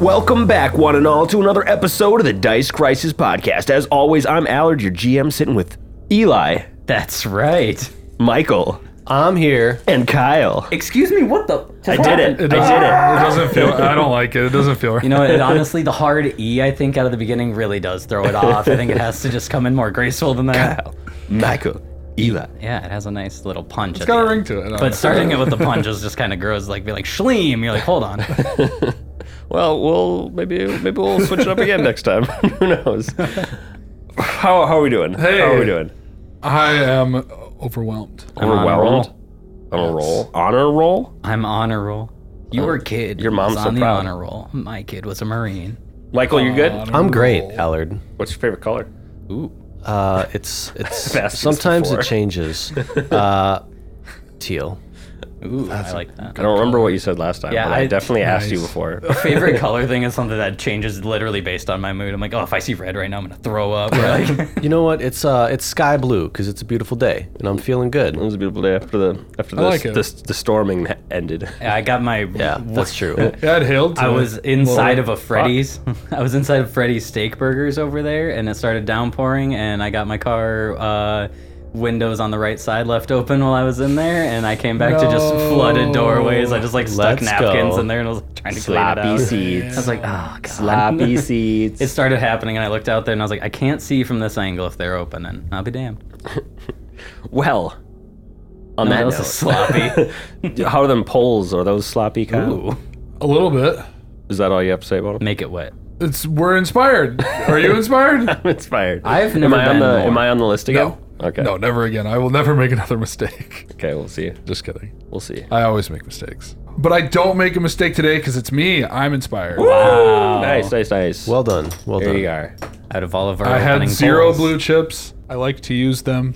Welcome back, one and all, to another episode of the Dice Crisis Podcast. As always, I'm Allard, your GM, sitting with Eli, That's right. Michael, I'm here. and Kyle. Excuse me, what the? I did it. I did it. It doesn't feel. I don't like it. It doesn't feel right. You know, it, honestly, the hard E, I think, out of the beginning really does throw it off. I think it has to just come in more graceful than that. Michael, Eli. Yeah, it has a nice little punch. It's got a ring to it. But starting it with the punch is just kind of gross. Like, be like, schleem. You're like, hold on. Well, we'll maybe maybe we'll switch it up again next time. Who knows? How, how are we doing? Hey. How are we doing? I am overwhelmed. I'm on a roll. On a roll. On a roll. I'm on a roll. Your kid Oh, your mom's was so on the proud. honor roll. My kid was a Marine. Michael, you good? On a I'm great, roll. Allard. What's your favorite color? Ooh. Uh, it's it's Fast as sometimes before. it changes. Uh, teal. Ooh, I like that. I don't remember what you said last time. Yeah, but I, I- definitely asked you Nice. before. favorite color thing is something that changes literally based on my mood. I'm like, oh, if I see red right now, I'm gonna throw up. Or like, You know what? It's uh it's sky blue because it's a beautiful day and I'm feeling It good. was a beautiful day after the after the like it. the, the storming ended. I got my. Yeah, that's true. Yeah, it hailed. to I it. was inside of a Freddy's. I was inside of Freddy's Steak Burgers over there, and it started downpouring. And I got my car uh, windows on the right side left open while I was in there, and I came back to just flooded No. doorways. I just like stuck Let's napkins go. in there, and I was like, trying to clean Sloppy it out. I seats. was like, oh god. Sloppy seats. It started happening, and I looked out there, and I was like, I can't see from this angle if they're open, and I'll be damned. well. On No, that that was a sloppy. note, how are them poles? Are those sloppy? Kyle? Ooh, a little bit. Is that all you have to say about them? make it wet. It's we're inspired. Are you inspired? I'm inspired. I've am never I on been the more. Am I on the list again? no. Okay. No, never again. I will never make another mistake. Okay. We'll see. Just kidding. We'll see. I always make mistakes. But I don't make a mistake today because it's me. I'm inspired. Wow. Nice. Nice. Nice. Well done. Well there done. you are. Out of all of our, I had opening zero polls. blue chips. I like to use them.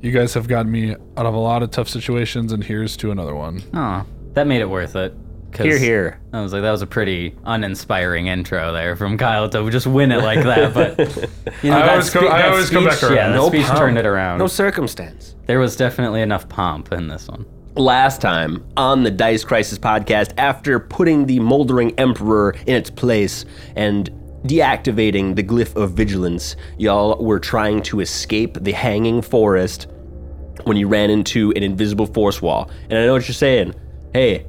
You guys have gotten me out of a lot of tough situations, and here's to another one. Oh, that made it worth it. 'cause Here, here. I was like, that was a pretty uninspiring intro there from Kyle to just win it like that. But you know, I that always come- spe- I that always come speech- back around. Yeah, that No speech pomp. turned it around. No circumstance. there was definitely enough pomp in this one. Last time on the Dice Crisis podcast, after putting the Moldering Emperor in its place and deactivating the Glyph of Vigilance, y'all were trying to escape the Hanging Forest when you ran into an invisible force wall. And I know what you're saying. Hey,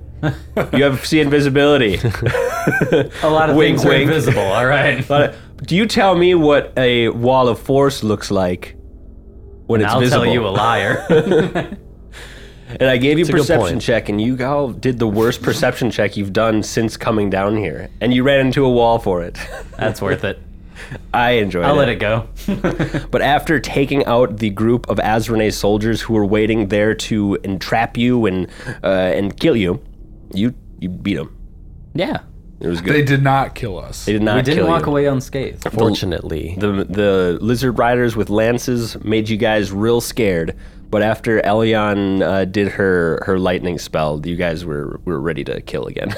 you have see invisibility. A lot of Wink, wink. things are invisible. All right, But Uh, do you tell me what a wall of force looks like when it's I'll visible? tell you a liar. And I gave you a good perception point. check, and you all did the worst perception check you've done since coming down here, and you ran into a wall for it. That's worth it. I enjoyed I'll it. let it go. But after taking out the group of Azrene soldiers who were waiting there to entrap you and uh, and kill you, you you beat them. yeah, It was good. They did not kill us. They did not we didn't kill walk you. away unscathed. Fortunately, The the lizard riders with lances made you guys real scared. But after Elion uh, did her her lightning spell, you guys were were ready to kill again.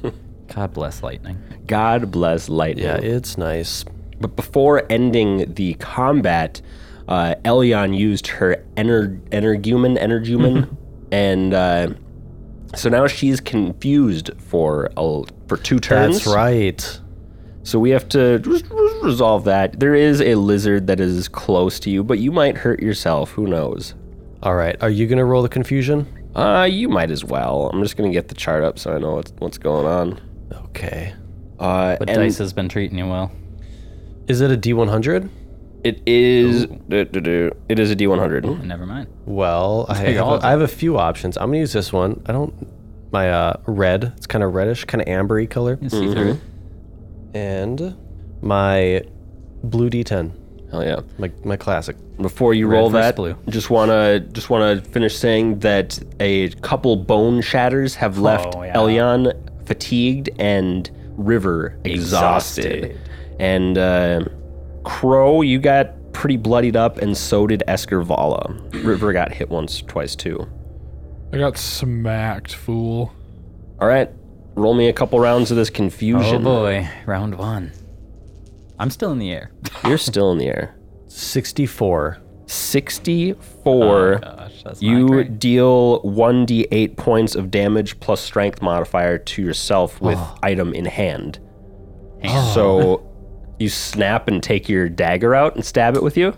God bless lightning. God bless lightning. yeah, it's nice. But before ending the combat, uh, Elion used her ener- energumen, energumen, Mm-hmm. and uh, so now she's confused for a, for two turns. That's right. So we have to res- res- resolve that. There is a lizard that is close to you, but you might hurt yourself. Who knows? All right. Are you gonna roll the confusion? Uh, you might as well. I'm just gonna get the chart up so I know what's what's going on. Okay. Uh, But and dice has been treating you well. Is it a D100? it is duh, duh, duh. it is a D100. Never mind. Well, I Take have, all of I have a few options. I'm gonna use this one. I don't. My uh, red. It's kind of reddish, kind of ambery color. You see through. it. and my blue D10, Hell yeah. my my classic. before you roll versus that, blue. just wanna just wanna finish saying that a couple bone shatters have left Oh, yeah. Elyon fatigued and River exhausted, Exhausted. and uh, Crow you got pretty bloodied up, and so did Escarvala. River got hit once, twice too. I got smacked, fool. All right, roll me a couple rounds of this Oh confusion. boy, round one. I'm still in the air. You're still in the air. 64. Oh, Sixty-four. Gosh, that's not You great. deal Ah. 1d8 points of damage plus strength modifier to yourself with item in hand. So you snap and take your dagger out and stab it with you,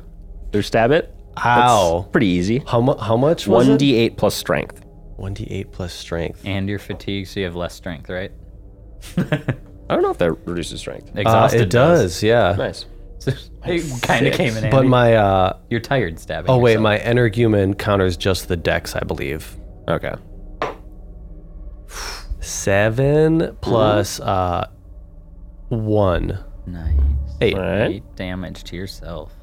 or stab it. Ow. Pretty easy. How, mu- how much was One it? d eight plus strength. 1d8 plus strength. And you're fatigued, so you have less strength, right? I don't know if that reduces strength. Uh, Exhausted. it does, yeah. Nice. it kind of came in handy. But my, uh, you're tired stabbing. oh wait, yourself. my energumen counters just the dex, I believe. Okay. Seven plus, uh, one. nice. Eight. All right. Eight damage to yourself.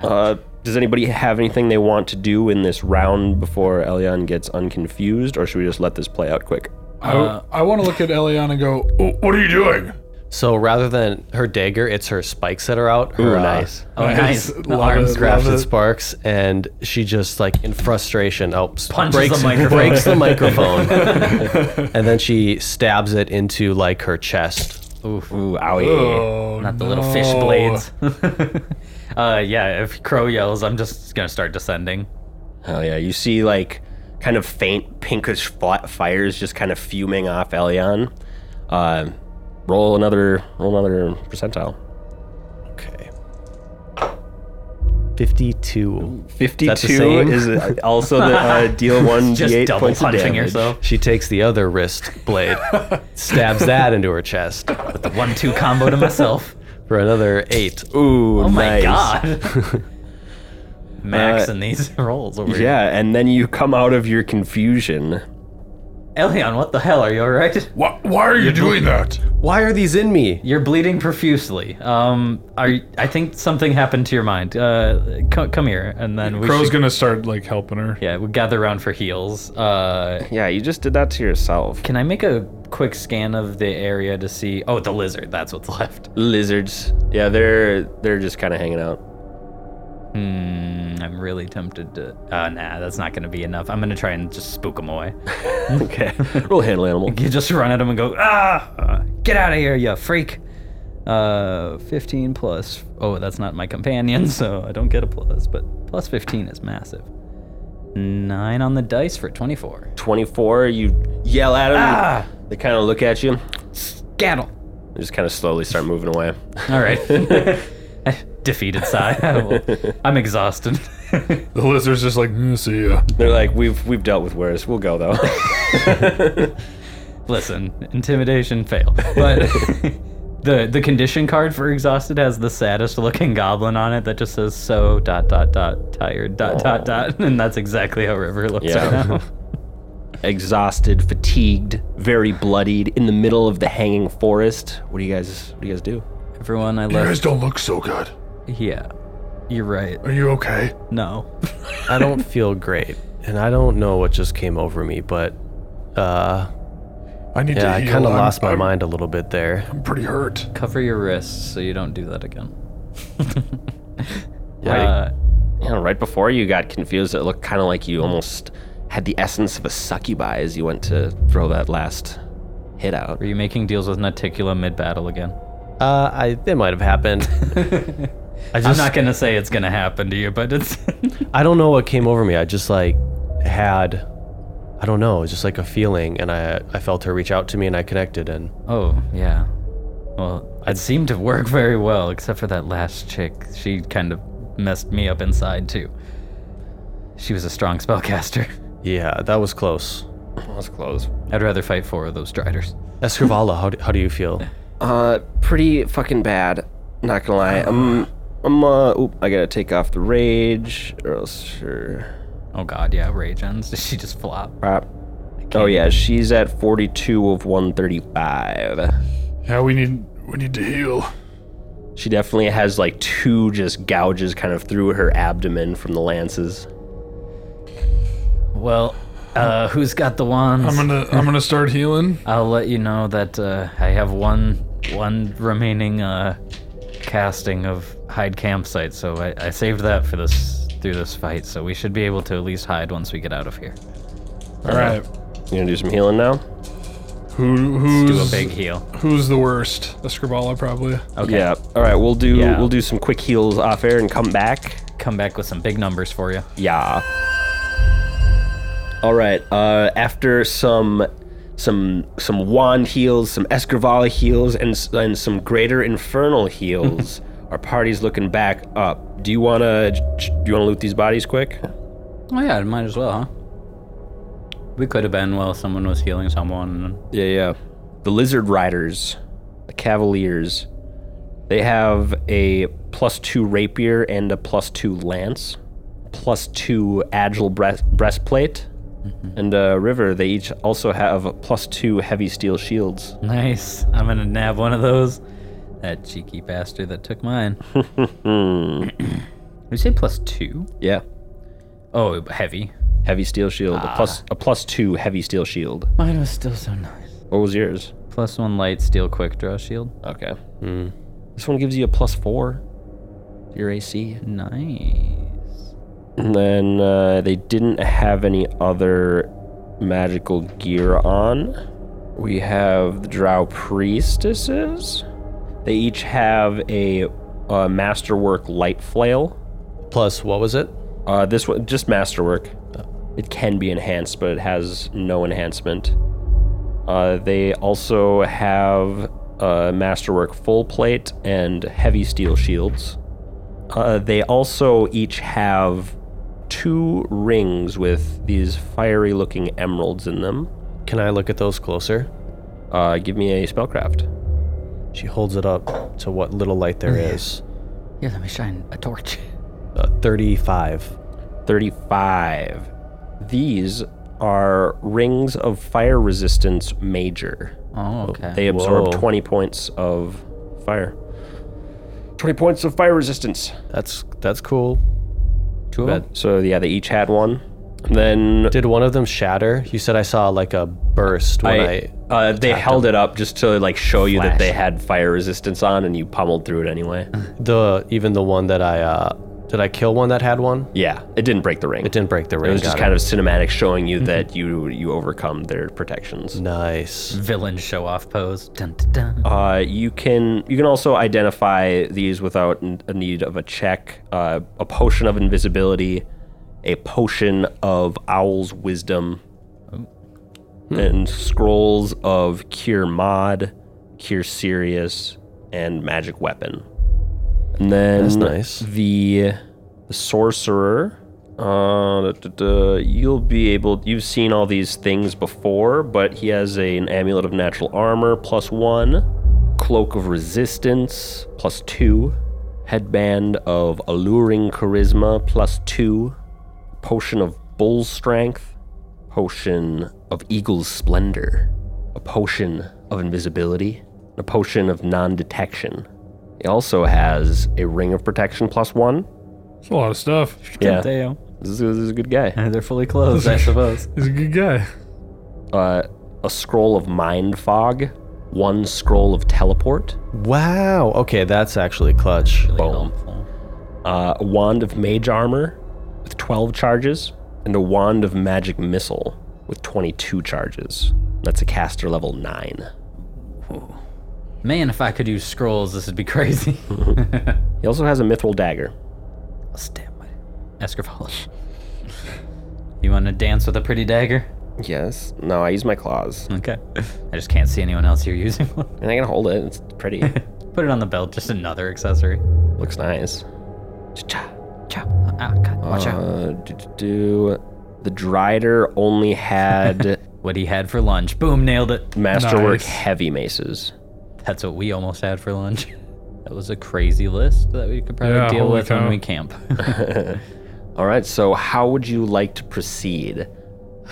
Uh, does anybody have anything they want to do in this round before Elion gets unconfused, or should we just let this play out quick? I, Uh, want to look at Elion and go, "Oh, "What are you doing?" So rather than her dagger, it's her spikes that are out. Her, Ooh, uh, nice. Oh, nice. Nice. The Love arms it, grab. love Grafted sparks, and she just like in frustration, oh, s- Punches breaks the microphone. breaks the microphone, and then she stabs it into like her chest. Oof. Ooh, owie. Oh, Not the little fish blades. uh, yeah, if Crow yells, I'm just going to start descending. Hell Oh, yeah. You see, like, kind of faint pinkish fla- fires just kind of fuming off Elion. Uh, roll another, roll another percentile. Okay, fifty-two. 52 the same? is uh, also the uh, deal 1d8 Just double points of punching damage. Oh. yourself. She takes the other wrist blade, stabs that into her chest The one two combo to myself. for another eight. Ooh, Oh my nice. god. Max Uh, and these rolls over here. Yeah, and then you come out of your confusion. Elion, what the hell? Are you alright? Why, why are you doing that? Why are these in me? You're bleeding profusely. Um, are you, I think something happened to your mind. Uh, co- come here, and then we Crow's should, gonna start like helping her. yeah, we gather around for heals. Uh, Yeah, you just did that to yourself. can I make a quick scan of the area to see? Oh, the lizard. That's what's left. Lizards. Yeah, they're they're just kind of hanging out. Hmm, I'm really tempted to. Uh, nah, that's not gonna be enough. I'm gonna try and just spook them away. Okay. Roll handle animal. You just run at them and go, ah, get out of here, you freak. Uh, 15 plus. Oh, that's not my companion, so I don't get a plus, but plus 15 is massive. Nine on the dice for 24. 24, you yell at them. Ah! They kind of look at you. Gattle. They just kind of slowly start moving away. All right. Defeated sigh. I will- I'm exhausted. The lizard's just like, mm, "See ya." They're like, we've we've dealt with worse. We'll go though. Listen, intimidation fail. But the the condition card for exhausted has the saddest looking goblin on it that just says so dot dot dot tired dot dot dot and that's exactly how River looks Yeah. right now. Exhausted, fatigued, very bloodied, in the middle of the hanging forest. What do you guys? What do you guys do? Everyone I You guys left. don't look so good. Yeah. You're right. Are you okay? No. I don't feel great, and I don't know what just came over me, but uh, I need yeah, to I heal. kind of I'm- lost my I'm- mind a little bit there. I'm pretty hurt. Cover your wrists so you don't do that again. Yeah. Uh, You know, right before you got confused, it looked kind of like you almost had the essence of a succubi as you went to throw that last hit out. were you making deals with Naticula mid battle again? Uh, I it might have happened. I I'm just not gonna say it's gonna happen to you, but it's I don't know what came over me. I just like had I don't know, it was just like a feeling and I I felt her reach out to me and I connected and Oh, yeah. Well, it seemed to work very well, except for that last chick. She kind of messed me up inside, too. She was a strong spellcaster. yeah, that was close. That's close. I'd rather fight four of those striders. Escrivala, how do, how do you feel? Uh, pretty fucking bad. Not gonna lie. I'm, I'm, uh, oop, I gotta take off the rage, or else sure. Oh, God, yeah, Rage ends. Did she just flop? Crap. Oh yeah, she's at 42 of 135. Yeah, we need we need to heal. She definitely has like two just gouges kind of through her abdomen from the lances. Well, uh, who's got the wands? I'm gonna I'm gonna start healing. I'll let you know that uh, I have one one remaining uh, casting of hide campsite, so I, I saved that for this through this fight. So we should be able to at least hide once we get out of here. All right. You gonna do some healing now? Who Do a who's big heal. who's the worst? The Scribala probably. Okay. Yeah. All right, we'll do Yeah. we'll do some quick heals off air and come back. Come back with some big numbers for you. Yeah. All right. Uh, after some some some wand heals, some Escrivala heals, and s- and some greater infernal heals. Our party's looking back up. Do you wanna do you wanna loot these bodies quick? Oh yeah, it might as well, huh? We could have been while someone was healing someone. Yeah, yeah. The Lizard Riders, the Cavaliers, they have a plus two rapier and a plus two lance, plus two agile breast, breastplate, and uh, River. They each also have a plus two heavy steel shields. Nice. I'm gonna nab one of those. That cheeky bastard that took mine. Did you say plus two? Yeah, Oh, heavy. heavy steel shield. A plus a plus two heavy steel shield. Mine was still so nice. What was yours? Hmm. Plus one light steel quick draw shield. Okay. This one gives you a plus four. to Your AC. Nice. And then uh, they didn't have any other magical gear on. We have the Drow Priestesses. They each have a, uh masterwork light flail. Plus, what was it? Uh, this one, just masterwork. It can be enhanced, but it has no enhancement. Uh, they also have uh, masterwork full plate and heavy steel shields. Uh, they also each have two rings with these fiery looking emeralds in them. Can I look at those closer? Uh, give me a spellcraft. She holds it up to what little light there is. Here, let me shine a torch. Uh, 35. 35. These are rings of fire resistance major. Oh, okay. They absorb Whoa. 20 points of fire. 20 points of fire resistance. That's that's cool. two of them? So, yeah, they each had one. And then Did one of them shatter? You said I saw like a burst when I, I, uh, they held it up just to like show you that they had fire resistance on and you pummeled through it anyway. the even the one that I uh did I kill one that had one? yeah, it didn't break the ring. It didn't break the ring. It Mm-hmm. was just kind of cinematic showing you that you you overcome their protections. nice. Villain show off pose. Dun, dun, dun. Uh, you can you can also identify these without n- a need of a check. Uh, a potion of invisibility, a potion of owl's wisdom, Hmm. and scrolls of cure mod, cure serious, and magic weapon. And then That's nice. the the sorcerer. Uh, da, da, da, you'll be able. You've seen all these things before, but he has a- an amulet of natural armor plus one, cloak of resistance plus two, headband of alluring charisma plus two, potion of bull strength, potion of eagle's splendor, a potion of invisibility, and a potion of non-detection. He also has a ring of protection plus one. It's a lot of stuff. Yeah, this Damn. is, this is a good guy. They're fully closed, I suppose. He's a good guy. Uh, a scroll of mind fog, one scroll of teleport, Wow. Okay, that's actually clutch. Really Boom. helpful. uh, a wand of mage armor with 12 charges, and a wand of magic missile with 22 charges. That's a caster level nine. Man, if I could use scrolls, this would be crazy. He also has a mithril dagger. I'll stab my Escrivala. you want to dance with a pretty dagger? Yes. No, I use my claws, Okay. I just can't see anyone else here using one. and I can hold it. It's pretty. Put it on the belt, just another accessory. Looks nice. Chop. Ah, God, watch out. Uh, do, do, do. The Drider only had What he had for lunch. Boom, nailed it. masterwork Nice. heavy maces. That's what we almost had for lunch. That was a crazy list that we could probably Yeah, deal holy with cow. when we camp. All right, so how would you like to proceed?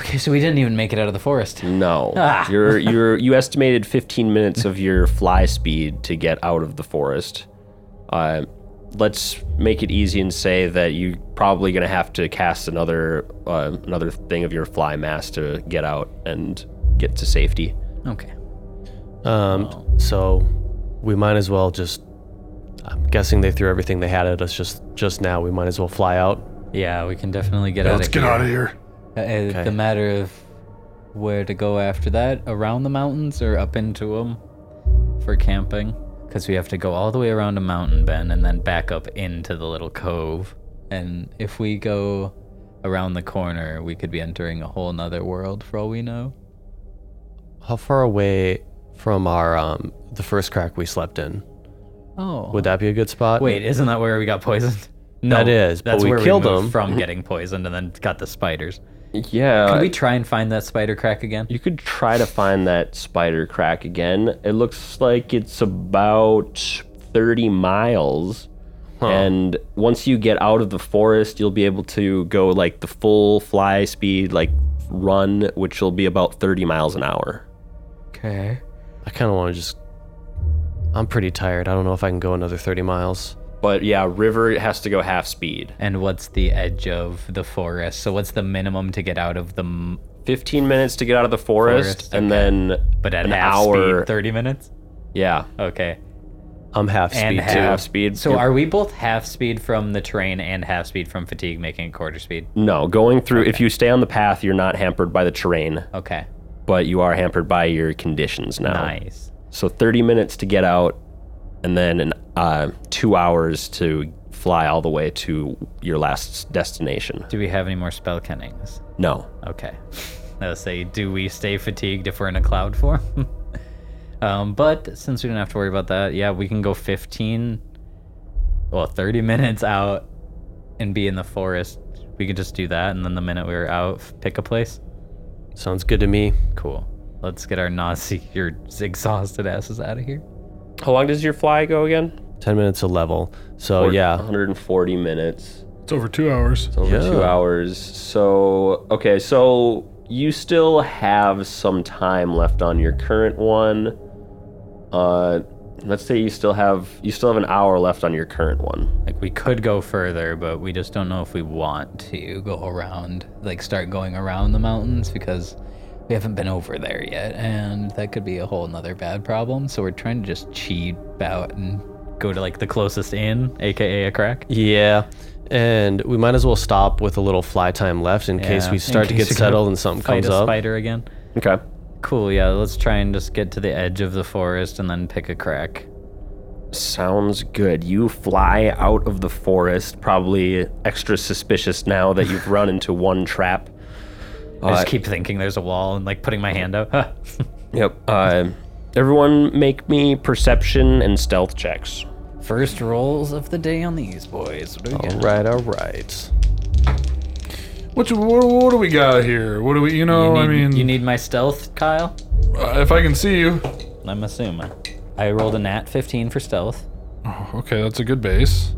okay, so we didn't even make it out of the forest. No, Ah. you're you're you estimated 15 minutes of your fly speed to get out of the forest. Uh, let's make it easy and say that you're probably gonna have to cast another uh, another thing of your fly mass to get out and get to safety. Okay. Um so we might as well just I'm guessing they threw everything they had at us just just now. We might as well fly out. Yeah, we can definitely get out Let's of get here. out of here. Uh, The matter of where to go after that, around the mountains or up into them for camping. Because we have to go all the way around a mountain bend and then back up into the little cove. And if we go around the corner, we could be entering a whole nother world for all we know. how far away from our um the first crack we slept in? Oh. Would that be a good spot? Wait, isn't that where we got poisoned? No, That is, but that's we where killed we moved them. from getting poisoned and then got the spiders. Yeah. Can we try and find that spider crack again? You could try to find that spider crack again. It looks like it's about 30 miles. And once you get out of the forest, you'll be able to go like the full fly speed, like run, which will be about 30 miles an hour. Okay. I kind of want to just. I'm pretty tired. I don't know if I can go another 30 miles. But yeah, river has to go half speed. And what's the edge of the forest? So what's the minimum to get out of the? m- 15 minutes to get out of the forest, Forest, and then But at an half hour. speed, thirty minutes. yeah, Okay. I'm half And speed too. half speed. So are we both half speed from the train and half speed from fatigue, making it quarter speed? no, going through, if you stay on the path, you're not hampered by the terrain, Okay. but you are hampered by your conditions now. Nice. So 30 minutes to get out, and then an, uh, two hours to fly all the way to your last destination. Do we have any more spell kennings? No. Okay. I'll say, do we stay fatigued if we're in a cloud form? um, but since we don't have to worry about that, yeah, we can go 15, well, 30 minutes out and be in the forest. We could just do that, and then the minute we were out, f- pick a place. Sounds good to me. Cool. Let's get our nausea, your exhausted asses out of here. How long does your fly go again? 10 minutes a level. Oh, So yeah, 140 minutes. It's over two hours. It's over Yeah. two hours. So, okay, so you still have some time left on your current one. Uh, let's say you still have you still have an hour left on your current one. Like, we could go further, but we just don't know if we want to go around, like, start going around the mountains because we haven't been over there yet, and that could be a whole nother bad problem. So we're trying to just cheat out and go to, like, the closest inn, aka a crack. yeah. And we might as well stop with a little fly time left in case Yeah, we in start case to we get gotta settled and something Fight comes a up. spider again. Okay. Cool, yeah, let's try and just get to the edge of the forest and then pick a crack. Sounds good. You fly out of the forest, probably extra suspicious now that you've run into one trap. I just Uh, keep thinking there's a wall and, like, putting my hand out. Huh. Yep. Uh, everyone, make me perception and stealth checks. First rolls of the day on these boys. What do we All got? right, all right. What, you- what, what do we got here? What do we, you know, You Oh, I need- mean, you need my stealth, Kyle? uh, if I can see you. I'm assuming. I rolled a nat 15 for stealth. Okay, that's a good base.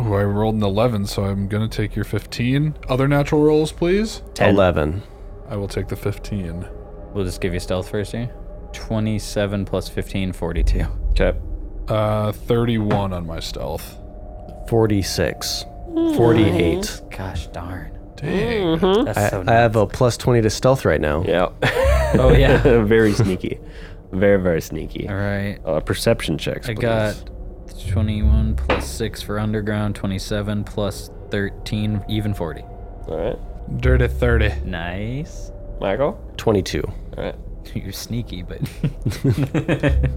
Ooh, I rolled an 11, so I'm going to take your 15. Other natural rolls, please. 11. I will take the 15. We'll just give you stealth first here. 27 plus 15, 42. Okay. Uh, 31 on my stealth. 46. 48. Gosh darn. Dang. That's I, so I have a plus 20 to stealth right now. Yeah. Oh, yeah. very sneaky. Very very sneaky. All right. Uh, perception checks. I please. got 21 plus 6 for underground, 27 plus 13, even 40. All right, Dirty 30. Nice. Michael. 22. All right. You're sneaky, but.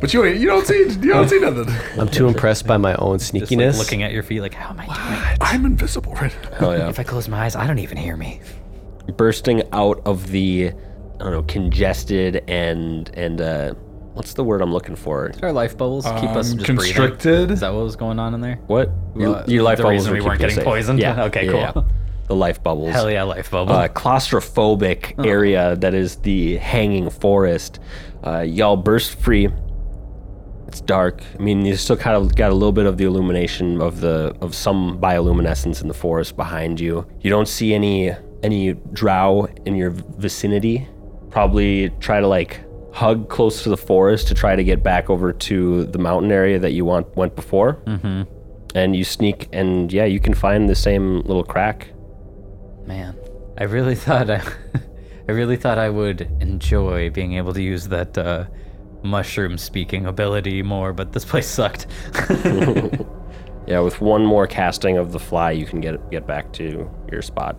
But you ain't- you don't see you don't see nothing. I'm too impressed by my own just like sneakiness. looking at your feet, like, how am I doing? I'm invisible right now. Hell yeah. If I close my eyes, I don't even hear me. Bursting out of the, I don't know, congested and and uh, what's the word I'm looking for? Our life bubbles keep us Um, just breathing. constricted. Is that what was going on in there? What? Uh, Your, your life the bubbles reason would we keep weren't you getting safe. poisoned? Yeah. Okay, yeah, cool. yeah. The life bubbles. Hell yeah, life bubble. uh, claustrophobic area that is the hanging forest. Uh, y'all burst free. It's dark. I mean, you still kind of got a little bit of the illumination of the of some bioluminescence in the forest behind you. You don't see any any drow in your vicinity. Probably try to like hug close to the forest to try to get back over to the mountain area that you want went before. Mm-hmm. And you sneak, and yeah, you can find the same little crack. Man, I really thought I, I really thought I would enjoy being able to use that uh, mushroom speaking ability more, but this place sucked. Yeah, with one more casting of the fly, you can get get back to your spot.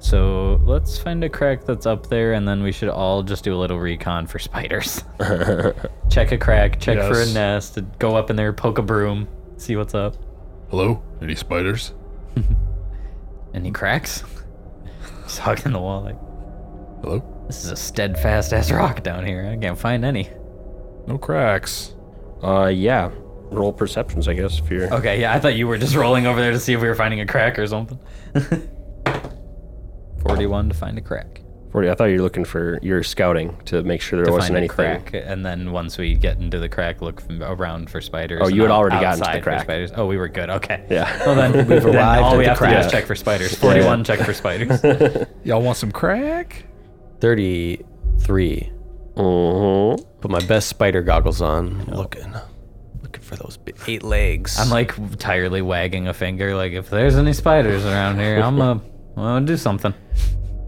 so let's find a crack that's up there, and then we should all just do a little recon for spiders. check a crack, check for a Yes. nest, go up in there, poke a broom, see what's up. Hello? Any spiders? Any cracks? Just hugging the wall like. Hello? This is a steadfast ass rock down here. I can't find any. No cracks. Uh, yeah. Roll perceptions, I guess, if you're. Okay, yeah, I thought you were just rolling over there to see if we were finding a crack or something. 41 to find a crack. 40. I thought you were looking for your scouting to make sure there To wasn't find a anything. crack, and then once we get into the crack, look f- around for spiders. Oh, and you had out- already gotten to the outside for crack. Spiders. Oh, we were good. Okay. Yeah. Well, then we've arrived all at we the have to do is crack. check for spiders. 41 check for spiders. Y'all want some crack? 33. Mhm. Put my best spider goggles on. I'm looking. Looking for those big eight legs. I'm like tirely wagging a finger, like if there's any spiders around here, I'm gonna, I'm gonna do something.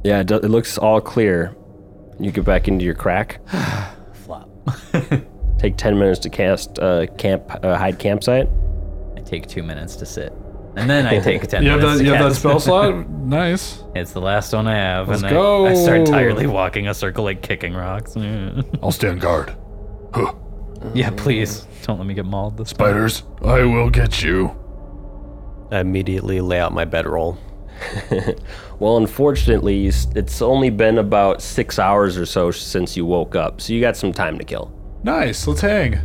Yeah, it, do- it looks all clear. You get back into your crack. Flop. Take 10 minutes to cast uh, camp uh, hide campsite. I take two minutes to sit, and then I take ten You have minutes. that, to you have that cast. spell slot? Nice. It's the last one I have, Let's and I, I start go. tirely walking a circle, like kicking rocks. yeah, I'll stand guard. Huh. please don't let me get mauled. This time. Spiders, I will get you. I immediately lay out my bedroll. Well, unfortunately, you s- it's only been about six hours or so since you woke up, so you got some time to kill. Nice. Let's hang.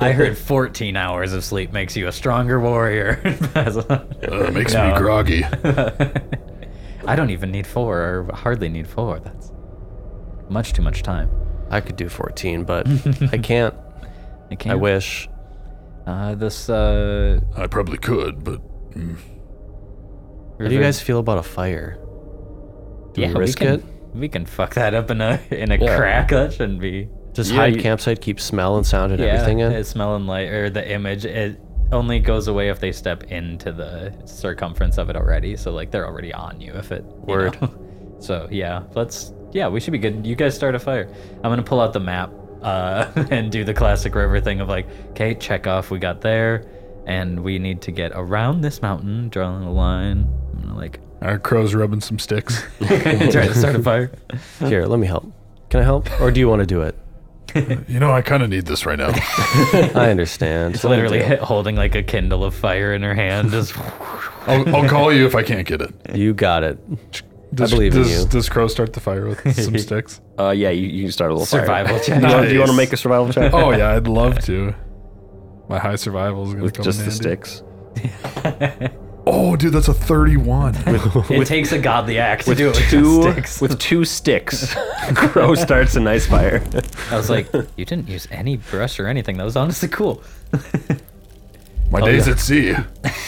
I heard 14 hours of sleep makes you a stronger warrior. Uh, makes No. me groggy. I don't even need four, or hardly need four. That's much too much time. I could do 14, but I can't. I can't. I wish. Uh, this uh, I probably could, but mm, How do you guys feel about a fire? Do yeah, we risk can, it? We can fuck that up in a in a Yeah. crack. That shouldn't be. Does Yeah, hide you- campsite keep smell and sound and Yeah, everything in? the smell and light or the image. It only goes away if they step into the circumference of it already. So like they're already on you if it. you Word. know. So yeah, let's. Yeah, we should be good. You guys start a fire. I'm gonna pull out the map uh, and do the classic river thing of like, okay, check off. We got there, and we need to get around this mountain, drawing a line. I'm gonna like our crow's rubbing some sticks. try to start a fire. Here, let me help. Can I help? Or do you want to do it? you know, I kind of need this right now. I understand. It's literally holding like a kindle of fire in her hand. Just I'll, I'll call you if I can't get it. You got it. Does, believe in does, you. Does Crow start the fire with some sticks? Uh, yeah, you, you can start a little fire. survival check. You wanna- Do you want to Nice. make a survival check? Oh yeah, I'd love to. My high survival is gonna With come just in the handy. sticks. Oh, dude, that's a thirty-one. It takes a godly act to do it with Two just sticks. with two sticks. Crow starts a nice fire. I was like, you didn't use any brush or anything. That was honestly cool. My Oh, days at sea.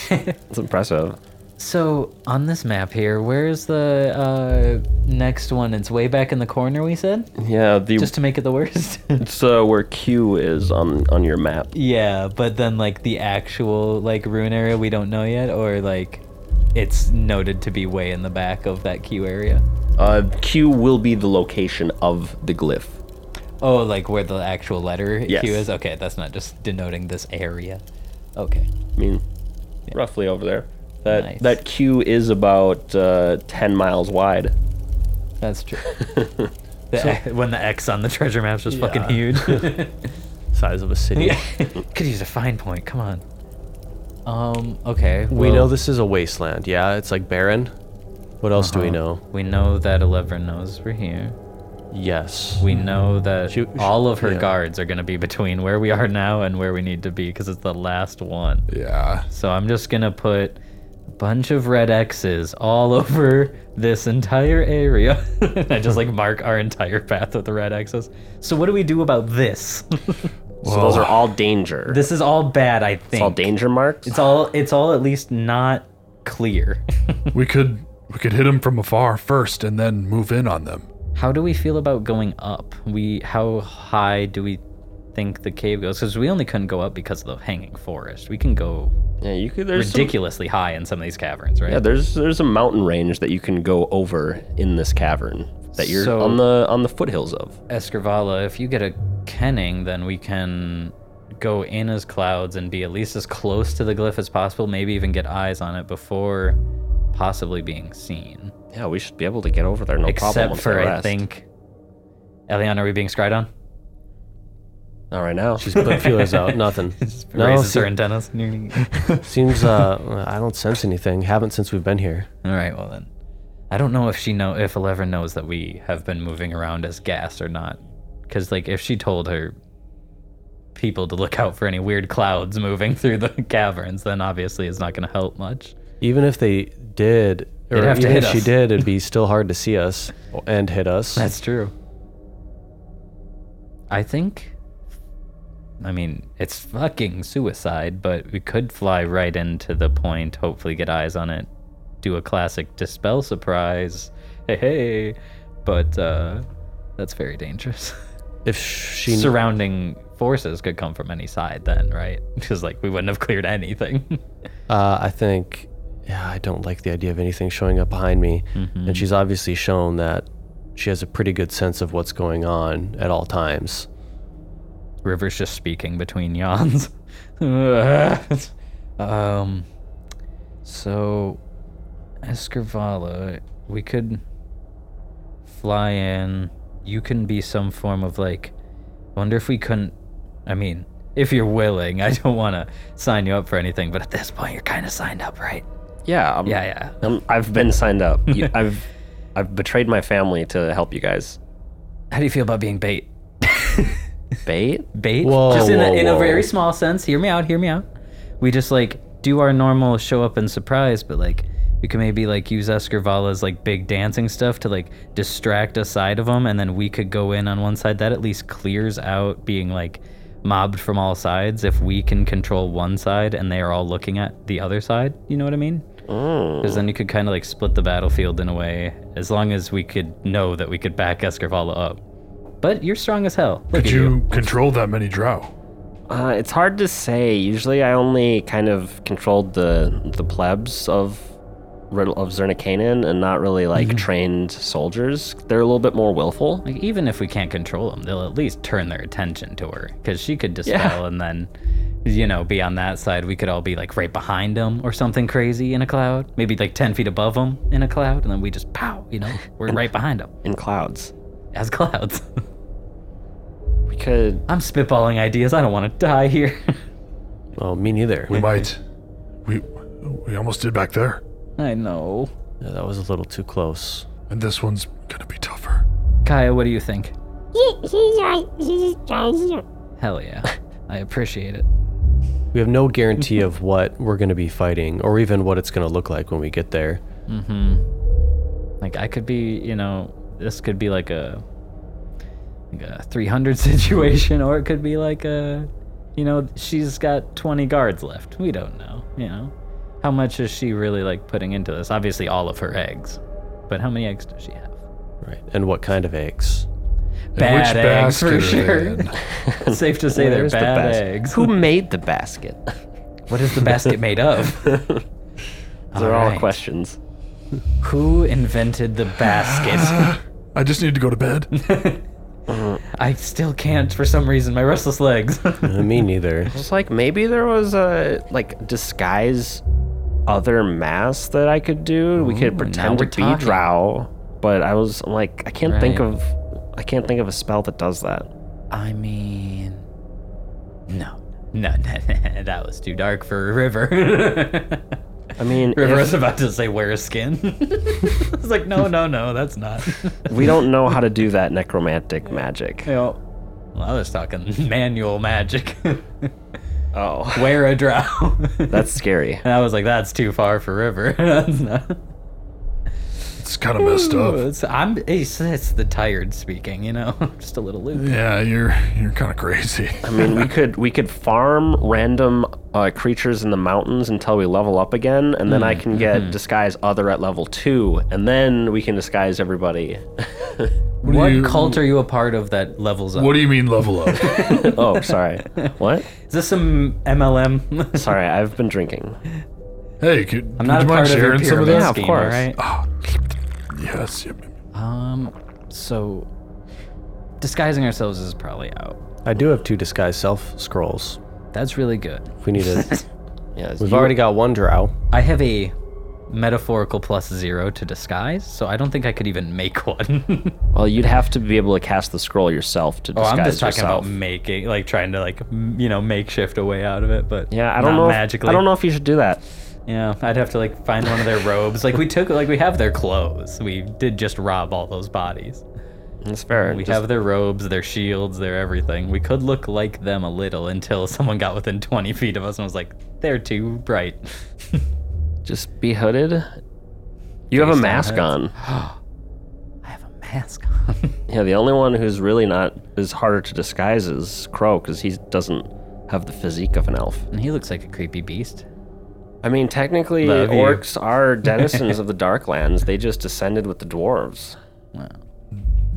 That's impressive. So on this map here, where's the uh, next one? It's way back in the corner. We said Yeah, the just to make it the worst. it's uh, where Q is on on your map. yeah, but then like the actual like rune area we don't know yet, or like it's noted to be way in the back of that queue area. Uh, Q will be the location of the glyph. Oh, like where the actual letter Yes. Q is? Okay, that's not just denoting this area. Okay. I mean, roughly over there. That Nice. that Q is about uh, ten miles wide. That's true. The X- when the X on the treasure map's just fucking huge. Size of a city. Could use a fine point. Come on. Um. Okay. We well, know this is a wasteland. Yeah, it's like barren. What else do we Uh-huh. know? We know that Eleven knows we're here. Yes. We know that She- she- all of her yeah. guards are gonna be between where we are now and where we need to be because it's the last one. Yeah. So I'm just gonna put a bunch of red X's all over this entire area. I just like mark our entire path with the red X's. So what do we do about this? So those are all danger. this is all bad, I think. it's all danger marks. It's all it's all at least not clear. We could we could hit them from afar first, and then move in on them. how do we feel about going up? We how high do we think the cave goes? Because we only couldn't go up because of the hanging forest. We can go yeah, you could. There's some- ridiculously high in some of these caverns, right? yeah, there's there's a mountain range that you can go over in this cavern that you're So- on the on the foothills of. Escrivala, if you get a kenning, then we can go in as clouds and be at least as close to the glyph as possible, maybe even get eyes on it before possibly being seen. Yeah, we should be able to get over there. No problem. Except once for they I rest. think Eliana, are we being scried on? Not right now. She's put feelers out. Nothing. No, Raises her se- antennas. seems uh, I don't sense anything. Haven't since we've been here. All right, well then. I don't know if she know if Eleven knows that we have been moving around as gas or not, because like if she told her people to look out for any weird clouds moving through the caverns, then obviously it's not going to help much. Even if they did, or They'd have to even hit if she us. did, it'd be still hard to see us and hit us. That's true. I think. I mean, it's fucking suicide, but we could fly right into the point, hopefully get eyes on it, do a classic dispel surprise. Hey, hey. But uh, that's very dangerous. if she Surrounding forces could come from any side, then, right? Because, like, we wouldn't have cleared anything. Uh, I think, yeah, I don't like the idea of anything showing up behind me. Mm-hmm. And she's obviously shown that she has a pretty good sense of what's going on at all times. River's just speaking between yawns. um, so, Escarvala, we could fly in. You can be some form of like. Wonder if we couldn't. I mean, if you're willing, I don't want to sign you up for anything, but at this point, you're kind of signed up, right? Yeah. I'm, Yeah, yeah. I'm, I've been signed up. You, I've I've betrayed my family to help you guys. How do you feel about being bait? Bait? bait Whoa, just in, whoa, a, in a whoa. very small sense hear me out hear me out we just like do our normal show up and surprise but like we can maybe like use Escarvala's like big dancing stuff to like distract a side of them and then we could go in on one side that at least clears out being like mobbed from all sides if we can control one side and they are all looking at the other side you know what i mean Oh. because then you could kind of like split the battlefield in a way as long as we could know that we could back Escarvala up but you're strong as hell Look Could at you, control that many drow? Uh, it's hard to say. Usually, I only kind of controlled the the plebs of Riddle- of Zernikanan and not really like Mm-hmm. trained soldiers. They're a little bit more willful. Like even if we can't control them, they'll at least turn their attention to her because she could dispel and then, you know, be on that side. We could all be like right behind them or something crazy in a cloud, maybe like ten feet above them in a cloud, and then we just pow, you know, we're right behind them in clouds. as clouds. We could. I'm spitballing ideas. I don't want to die here. Oh, me neither. We might. We we almost did back there, I know. Yeah, that was a little too close. and this one's gonna be tougher. Kaya, what do you think? He, he's right. He's right here. Hell yeah, I appreciate it. We have no guarantee of what we're going to be fighting or even what it's going to look like when we get there. Mm-hmm. Like I could be, you know, this could be like a like a 300 situation or it could be like a you know, she's got 20 guards left. We don't know, you know. How much is she really like putting into this? Obviously all of her eggs. But how many eggs does she have? Right. And what kind of eggs? And Bad eggs basket for are they sure. in? It's safe to say they're Where's the bad basket? eggs. Who made the basket? What is the basket made of? Those are all right. questions. Who invented the basket? Ah, I just need to go to bed. I still can't for some reason. My restless legs. Uh, me neither. It's like maybe there was a like disguise other mask that I could do. we could pretend to we're be talking. drow, but I was I'm like I can't think Right. of I can't think of a spell that does that. I mean, no, no, no, that was too dark for River. I mean, River if was about to say wear a skin. it's like no, no, no, that's not. we don't know how to do that necromantic magic. well, I was talking manual magic. Oh, wear a drow. that's scary. and I was like, that's too far for River. that's not. Oh, It's kind of messed up. It's, I'm. It's, it's the tired speaking. You know, just a little loose. Yeah, you're you're kind of crazy. I mean, we could we could farm random uh, creatures in the mountains until we level up again, and then Mm, I can get mm-hmm. disguise other at level two, and then we can disguise everybody. do What you- cult are you a part of that levels up? What do you mean level up? oh, sorry. What? Is this some MLM? Sorry, I've been drinking. hey, could, I'm not a would you mind part of your sharing pyramid some of that? of scheme, course. alright? Yes. yep. Um, so disguising ourselves is probably out. I do have two disguise self scrolls. That's really good. If we need to. Yeah, We've already got one drow. I have a metaphorical plus zero to disguise, so I don't think I could even make one. Well, you'd have to be able to cast the scroll yourself to oh, disguise I'm just talking yourself. about making, like trying to like m- you know makeshift a way out of it, but yeah, I don't not know. If, magically. I don't know if you should do that. Yeah, I'd have to like find one of their robes. Like we took, like we have their clothes. We did just rob all those bodies. That's fair. We Just- have their robes, their shields, their everything. We could look like them a little until someone got within 20 feet of us and was like, "They're too bright." just be hooded. You have Face a down mask heads. on. I have a mask on. Yeah, the only one who's really not is harder to disguise is Crow because he doesn't have the physique of an elf. and he looks like a creepy beast. I mean, technically, Love you. orcs are denizens of the Darklands. They just descended with the dwarves.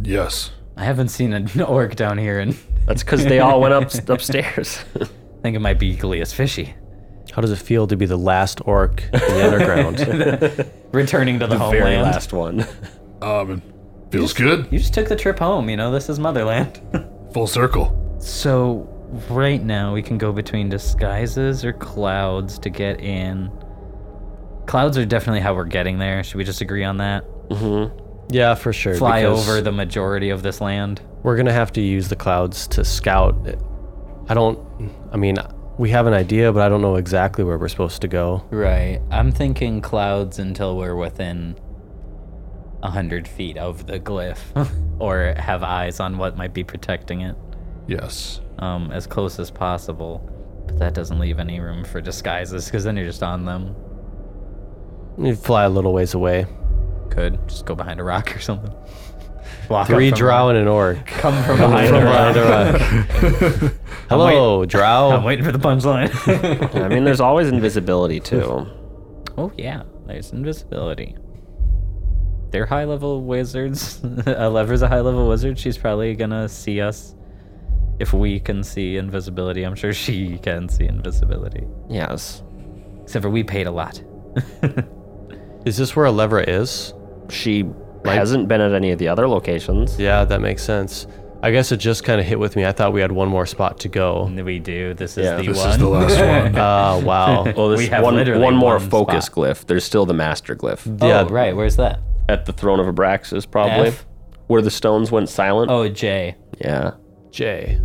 Yes. I haven't seen an orc down here, and That's because they all went up upstairs. I think it might be Gleus Fishy How does it feel to be the last orc in the underground? returning to the, homeland. Very last one. Um, feels good. You just took the trip home, you know. This is motherland. Full circle. So right now we can go between disguises or clouds to get in. Clouds are definitely how we're getting there. Should we just agree on that? yeah, for sure. Fly because over the majority of this land. We're gonna have to use the clouds to scout. I don't. I mean, we have an idea, but I don't know exactly where we're supposed to go. Right. I'm thinking clouds until we're within a hundred feet of the glyph, or have eyes on what might be protecting it, Yes. um, as close as possible. But that doesn't leave any room for disguises, because then you're just on them. You fly a little ways away. Could just go behind a rock or something. Walk up Three from- drow and an orc. Come from behind From a rock. behind a rock. Hello, I'm drow. waiting for the punchline. I mean, there's always invisibility too. oh yeah, there's invisibility. They're high level wizards. uh, Lever's a high level wizard. She's probably gonna see us. If we can see invisibility, I'm sure she can see invisibility. Yes, Except for we paid a lot. Is this where Alevra is? she hasn't been at any of the other locations. Yeah, that makes sense. I guess it just kind of hit with me. I thought we had one more spot to go. And we do. This is Yeah, the This one. is the last one. Ah, wow. Well, this We is have one- one, literally one more more one focus focus spot. glyph. There's still the master glyph Oh, Yeah. right. Where's that? at the throne of Abraxas, probably, F. where the stones went silent. Oh, Jay. Yeah, Jay.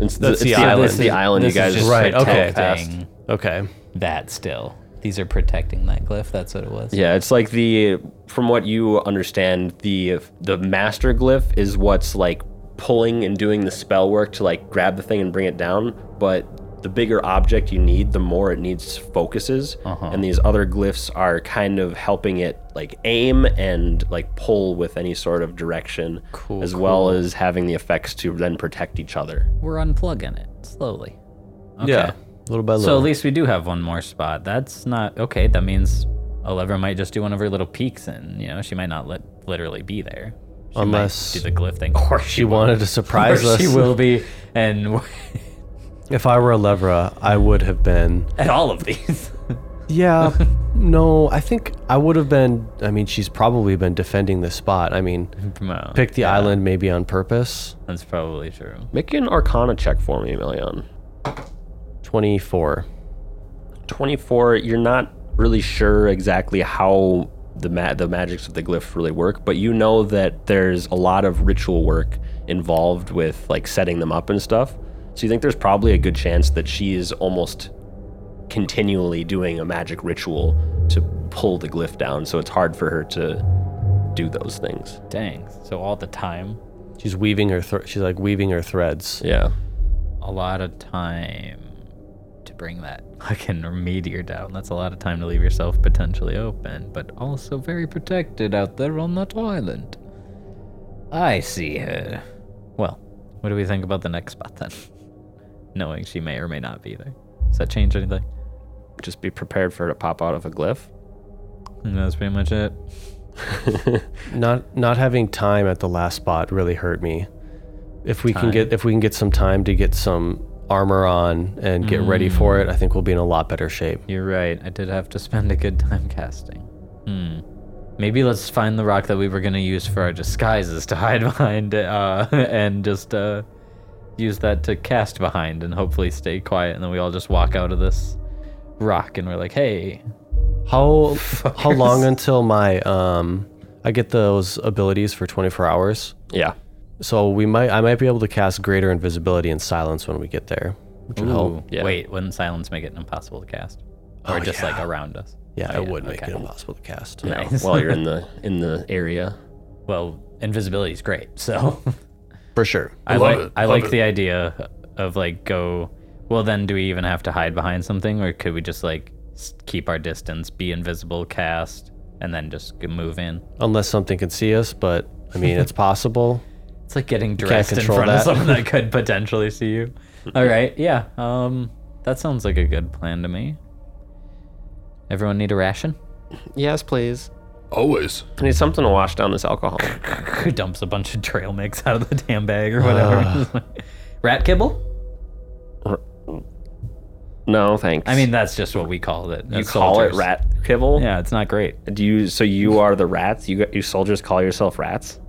it's That's the it's island. It's the This is- island you this is guys just Right, okay. protecting Okay. That still. These are protecting that glyph. That's what it was. Yeah, it's like the from what you understand, the the master glyph is what's like pulling and doing the spell work to like grab the thing and bring it down, but the bigger object you need, the more it needs focuses, Uh-huh. and these other glyphs are kind of helping it like aim and like pull with any sort of direction, Cool, as well as having the effects to then protect each other. We're unplugging it slowly. Yeah. Little by little. So at least we do have one more spot. That's not okay. That means Oliver might just do one of her little peeks, and you know she might not let literally be there. She might Unless- do the glyph thing, or she, she wanted to surprise or us. she will be, and If I were Alevra, I would have been. at all of these. Yeah. no, I think I would have been. I mean, she's probably been defending this spot. I mean, Well, pick the island maybe on purpose. That's probably true. Make an Arcana check for me, Emilion. 24. 24 you're not really sure exactly how the ma- the magics of the glyph really work but you know that there's a lot of ritual work involved with like setting them up and stuff so you think there's probably a good chance that she is almost continually doing a magic ritual to pull the glyph down so it's hard for her to do those things Dang. So all the time, She's weaving her. Th- she's like weaving her threads. yeah a lot of time to bring that fucking meteor down. That's a lot of time to leave yourself potentially open, but also very protected out there on that island. I see her. Well, what do we think about the next spot then? Knowing she may or may not be there. Does that change anything? just be prepared for her to pop out of a glyph And That's pretty much it. Not not having time at the last spot really hurt me. If we can get if we can get some time to get some armor on and get ready Mm. for it, I think we'll be in a lot better shape. You're right. I did have to spend a good time casting. Hmm. Maybe let's find the rock that we were going to use for our disguises to hide behind uh, and just uh, use that to cast behind and hopefully stay quiet. And then we all just walk out of this rock and we're like, hey, How how long until my um I get those abilities for 24 hours? yeah So we might I might be able to cast greater invisibility and silence when we get there, which would help. Wait, wouldn't silence make it impossible to cast? or just like around us? Yeah, Oh, it would make okay. it impossible to cast. you know, Nice. while you're in the in the area. Well, invisibility is great, so For sure. I Love like it, I love like it. the idea of like go. Well, then do we even have to hide behind something, or could we just like s- keep our distance, be invisible, cast, and then just g- move in? Unless something can see us, but I mean, it's possible. It's like getting dressed in control front of that. someone that could potentially see you. All right, yeah. Um, that sounds like a good plan to me. Everyone need a ration? Yes, please. Always. Oh, I need something to wash down this alcohol. Dumps a bunch of trail mix out of the damn bag or whatever. Rat kibble? No, thanks. I mean, that's just what we called it. you call it rat kibble. Yeah, it's not great. Do you? So you are the rats. You got- you soldiers call yourself rats.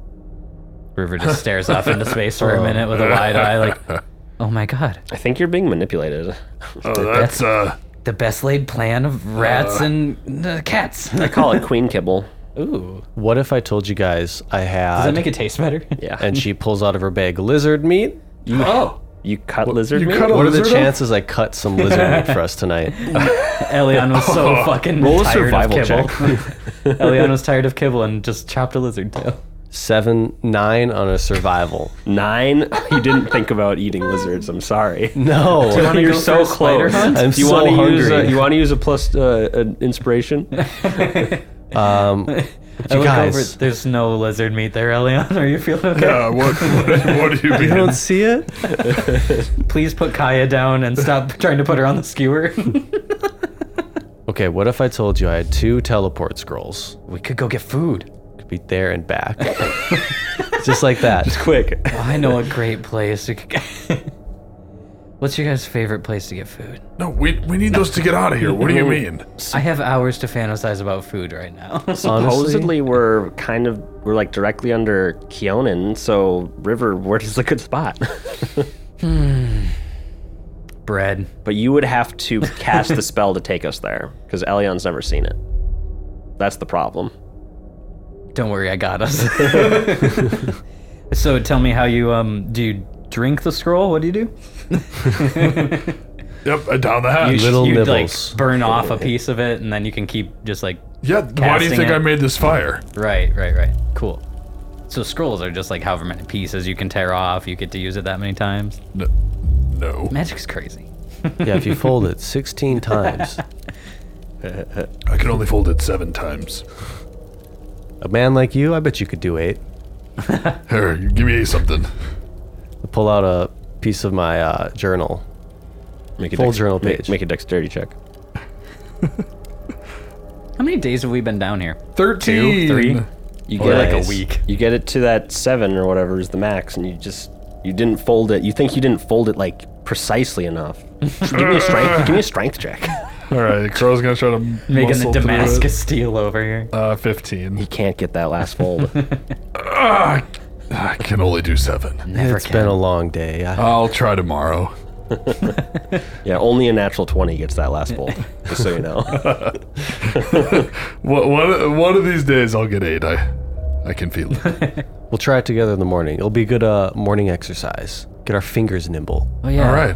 River just stares off into space for a Oh. minute with a wide eye, like, "Oh my god, I think you're being manipulated. Oh, that's uh. the best laid plan of rats and uh, cats." I call it queen kibble. Ooh, What if I told you guys I had. does that make it taste better? Yeah. and she pulls out of her bag lizard meat? Oh, You cut lizard you meat. cut a What are the lizard up? chances I cut some lizard meat for us tonight? Elion was so fucking Roll a tired survival of kibble. Elion was tired of kibble and just chopped a lizard tail. Seven, nine on a survival. Nine. You didn't think about eating lizards. I'm sorry. No. wanna You're go so for a spider close. hunt? I'm Do you so want to use? A, hungry. you want to use a plus uh, an inspiration? Um, I you look guys, over. There's no lizard meat there, Elion. Are you feeling okay? Yeah, Uh, what, what, what do you you mean? don't see it? Please put Kaya down and stop trying to put her on the skewer. Okay, what if I told you I had two teleport scrolls? we could go get food. Could be there and back. Just like that. Quick. Oh, I know a great place. We could get- What's your guys' favorite place to get food? No, we, we need those to get out of here. What do you mean? I have hours to fantasize about food right now. Supposedly we're kind of we're like directly under Keonan, so River, where is the good spot? Bread. but you would have to cast the spell to take us there because Elion's never seen it. That's the problem. Don't worry, I got us. so tell me how you um do you drink the scroll? What do you do? Yep, uh, down the hatch. Little you like nibbles. burn off a piece of it and then you can keep just like yeah, why do you casting think it. I made this fire? right, right, right. Cool. So scrolls are just like however many pieces you can tear off, you get to use it that many times. No. no. Magic's crazy. Yeah, if you fold it 16 times. I can only fold it seven times. A man like you, I bet you could do eight. Here, you give me something. I pull out a piece of my uh, journal. Make a Full journal make- page. Make, a dexterity check. How many days have we been down here? Thirteen. three. You Or like it- a week. You get it to that seven or whatever is the max, and you just you didn't fold it. You think you didn't fold it like precisely enough. give me a strength. Give me a strength check. All right, Crow's gonna try to Making the muscle through it. Damascus steel over here. Uh, fifteen. You can't get that last fold. Ah, I can only do seven. Never It's been a long day. I, I'll try tomorrow. yeah, only a natural twenty gets that last fold. Just so you know. What, what, one of these days I'll get eight. I, I can feel it. we'll try it together in the morning. It'll be good uh, morning exercise. Get our fingers nimble. Oh yeah. All right.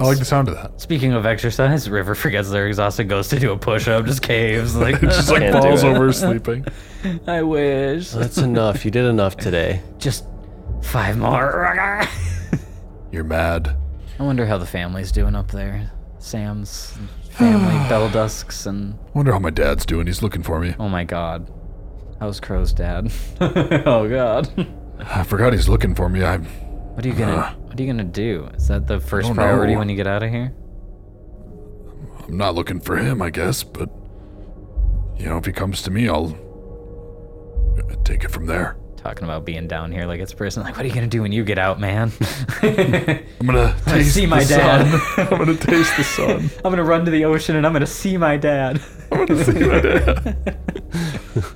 I like the sound of that. Speaking of exercise, River forgets they're exhausted, goes to do a push up, just caves. Like, Just like Can't do falls it. over sleeping. I wish. That's enough. You did enough today. Just five more. I You're mad. wonder how the family's doing up there. Sam's family, Beldusks, and Wonder how my dad's doing. He's looking for me. oh my god. How's Crow's dad? oh god. I forgot he's looking for me. I'm What are you gonna What are you gonna do? Is that the first don't priority know. when you get out of here? I'm not looking for him, I guess, but you know, if he comes to me, I'll uh, take it from there. Talking about being down here like it's prison. Like, what are you gonna do when you get out, man? I'm gonna taste see my the dad. sun. I'm gonna taste the sun. I'm gonna run to the ocean and I'm gonna see my dad. I'm gonna see my dad.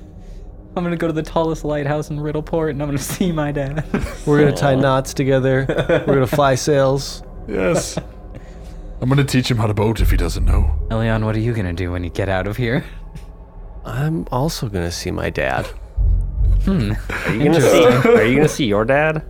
I'm gonna go to the tallest lighthouse in Riddleport and I'm gonna see my dad. We're gonna tie knots together. We're gonna fly sails. Yes. I'm gonna teach him how to boat if he doesn't know. Elion, what are you gonna do when you get out of here? I'm also gonna see my dad. Hmm. Are you gonna see? Are you gonna see your dad?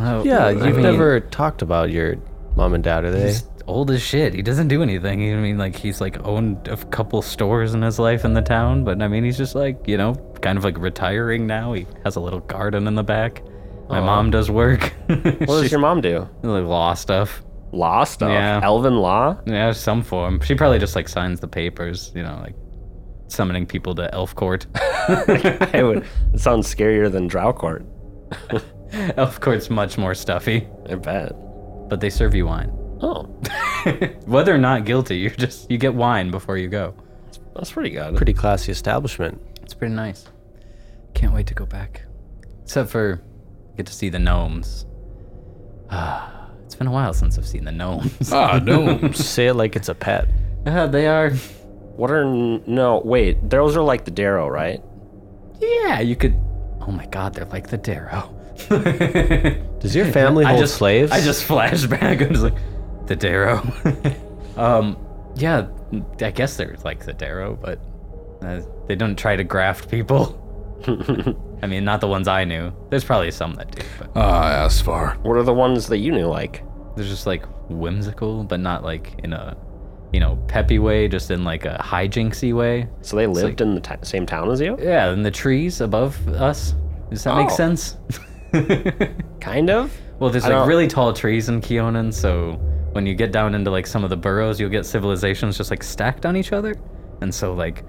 Oh, Yeah, you've mean- never talked about your mom and dad, are they? old as shit. He doesn't do anything. I mean, like he's like owned a couple stores in his life in the town, but I mean, he's just like you know, kind of like retiring now. He has a little garden in the back. My mom does work. What does She's your mom do? like law stuff. Law stuff. Yeah. Elven law. Yeah, some form. She probably just like signs the papers. You know, like summoning people to elf court. I would. It sounds scarier than Drow Court. elf court's much more stuffy, I bet. but they serve you wine. Oh, Whether or not guilty, you just you get wine before you go. that's pretty good. Pretty classy establishment. It's pretty nice. Can't wait to go back. Except for get to see the gnomes. Ah, it's been a while since I've seen the gnomes. Ah, gnomes. Say it like it's a pet. Yeah, they are. What are n- no? Wait, those are like the Darrow, right? Yeah, you could. Oh my God, they're like the Darrow. Does your family hold slaves? I just flashed back. I was like, the Darrow. um, yeah, I guess they're like the Darrow, but uh, they don't try to graft people. I mean, not the ones I knew. There's probably some that do, but Ah, Asfar. What are the ones that you knew like? they're just like whimsical, but not like in a, you know, peppy way, just in like a hijinksy way. So they lived in the t- same town as you? Yeah, and the trees above us. Does that make Oh. sense? Kind of. Well, there's I like don't- really tall trees in Keonan, so when you get down into like some of the burrows, you'll get civilizations just like stacked on each other. And so like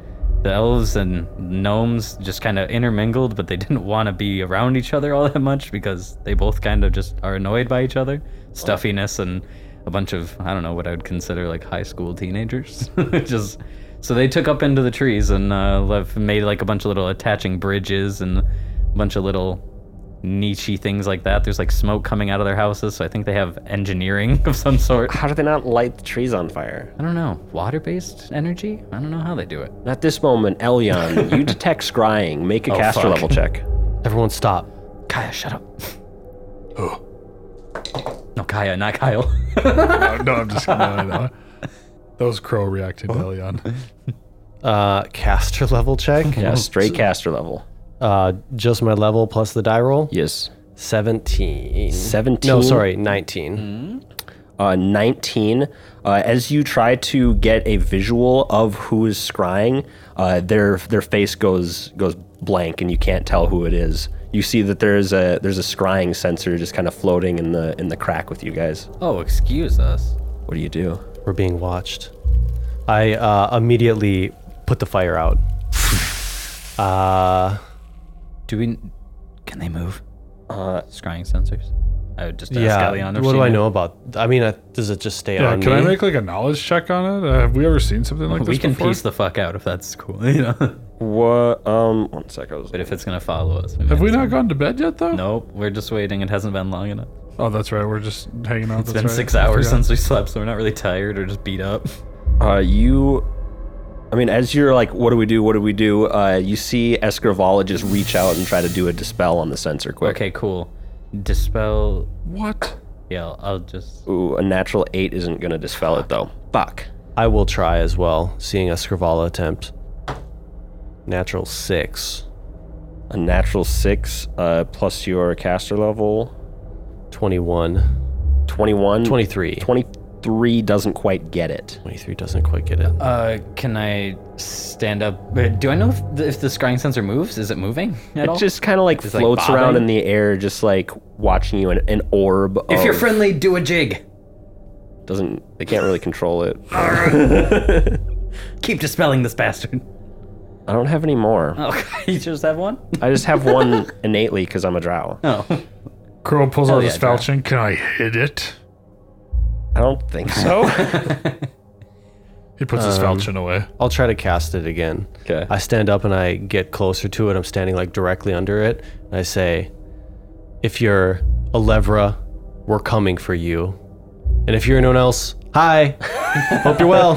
the elves and gnomes just kind of intermingled, but they didn't want to be around each other all that much because they both kind of just are annoyed by each other. Stuffiness and a bunch of I don't know what I would consider like high school teenagers. just so they took up into the trees and uh, left- made like a bunch of little attaching bridges and a bunch of little nichey things like that. There's like smoke coming out of their houses, so I think they have engineering of some sort. How do they not light the trees on fire? I don't know. Water based energy? I don't know how they do it. At this moment, Elyon, you detect scrying. Make a Oh, caster fuck. level check. Everyone stop. Kaya, shut up. Oh. no, Kaya, not Kyle. No, no, I'm just kidding. No, no. Those crow reacted to Elyon. Uh, caster level check. Yeah, straight caster level. Uh, just my level plus the die roll. Yes. 17. 17. No, sorry, 19. uh, 19. Uh, as you try to get a visual of who is scrying, uh, their their face goes goes blank, and you can't tell who it is. You see that there's a there's a scrying sensor just kind of floating in the in the crack with you guys. oh, excuse us. What do you do? We're being watched. I uh, immediately put the fire out. Uh, Do we. Can they move? Uh, Scrying sensors? I would just ask yeah. Eliana if What she do I knew. know about? I mean, uh, does it just stay Yeah, on can me? I make like a knowledge check on it? Uh, have we ever seen something like We this can before? piece the fuck out if that's cool, you know? What? Um, one sec. I was. but if it's gonna follow us, we have might we as not gone to bed yet, though? well- Nope, we're just waiting. It hasn't been long enough. Oh, that's right. We're just hanging out. It's been six hours since we slept, so we're not really tired or just beat up. Uh, you. I mean, as you're like, what do we do? What do we do? Uh, you see Escrivala just reach out and try to do a dispel on the sensor quick. Okay, cool. Dispel. What? Yeah, I'll- I'll just. Ooh, a natural eight isn't gonna dispel it though. Fuck. I will try as well, seeing a Scrivala attempt. Natural six, A natural six uh, plus your caster level 21, 21. 23. 23 doesn't quite get it. 23 doesn't quite get it. Uh, can I stand up? Uh, Do I know if the, if the scrying sensor moves? Is it moving at all? It just kind of like Oh. like, floats around bobbing? in the air, just like watching you in an orb. If of- you're friendly, do a jig. doesn't they can't really control it. I Keep dispelling this bastard. don't have any more. Okay, Oh, you just have one. I just have one innately because I'm a drow. Oh, Crow pulls out yeah, his falchion. Can I hit it? Oh. I don't think so. He puts Um, his falchion away. I'll try to cast it again. 'Kay. I stand up and I get closer to it. I'm standing like directly under it. And I say, If you're Alevra, we're coming for you. And if you're anyone else, hi. Hope you're well.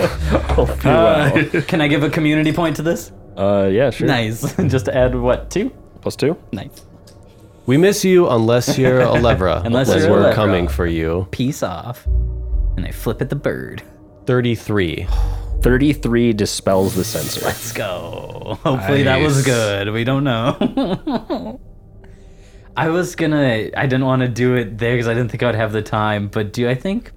can I give a community point to this? uh, yeah, sure. Nice. just add what two? Plus two. Nice. We miss you unless you're Alevra. Unless because you're we're Alevra. coming for you. Peace off. And I flip at the bird. 33. 33 dispels the sensor. Let's go. Hopefully that was Nice. good. We don't know. I was gonna. I didn't want to do it there because I didn't think I would have the time. But do I think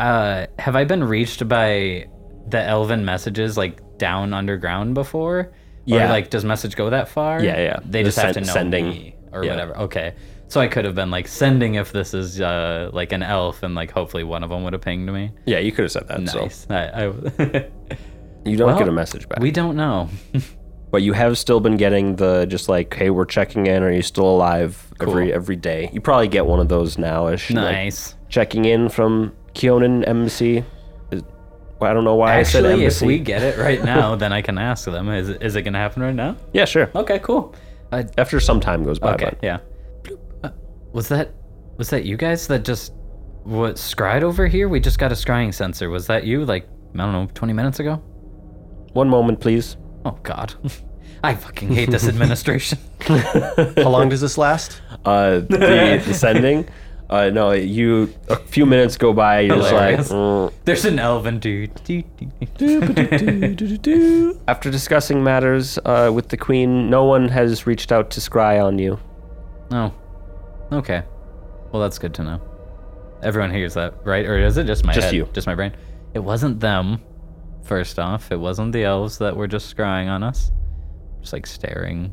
uh, have I been reached by the elven messages like down underground before? Or, Yeah. like, does message go that far? Yeah, yeah. They The just have to sen- know sending. me or Yeah. whatever. Okay. So I could have been like sending if this is uh, like an elf, and like hopefully one of them would have pinged me. Yeah, you could have said that. So Nice. I, I, you don't Well, get a message back. we don't know. but you have still been getting the just like, hey, we're checking in. Are you still alive? Every every day. You probably get one of those now ish. nice. checking in from Kionin Embassy. Is- well, I don't know why I said Actually, if embassy. we get it right now, then I can ask them. Is is it gonna happen right now? yeah, sure. Okay, cool. Uh, After some time goes by, okay, but yeah. Uh, was that was that you guys that just what scryed over here? We just got a scrying sensor. Was that you? Like I don't know, twenty minutes ago? one moment, please. Oh God, I fucking hate this administration. How long does this last? Uh, the, the sending. Uh, no, you. A few minutes go by. You're just like. Hilarious. "Mm." There's an elven dude. After discussing matters uh, with the queen, no one has reached out to scry on you. oh, okay. Well, that's good to know. Everyone hears that, right? Or is it just my Just head? you. Just my brain. It wasn't them. First off, it wasn't the elves that were just scrying on us, just like staring.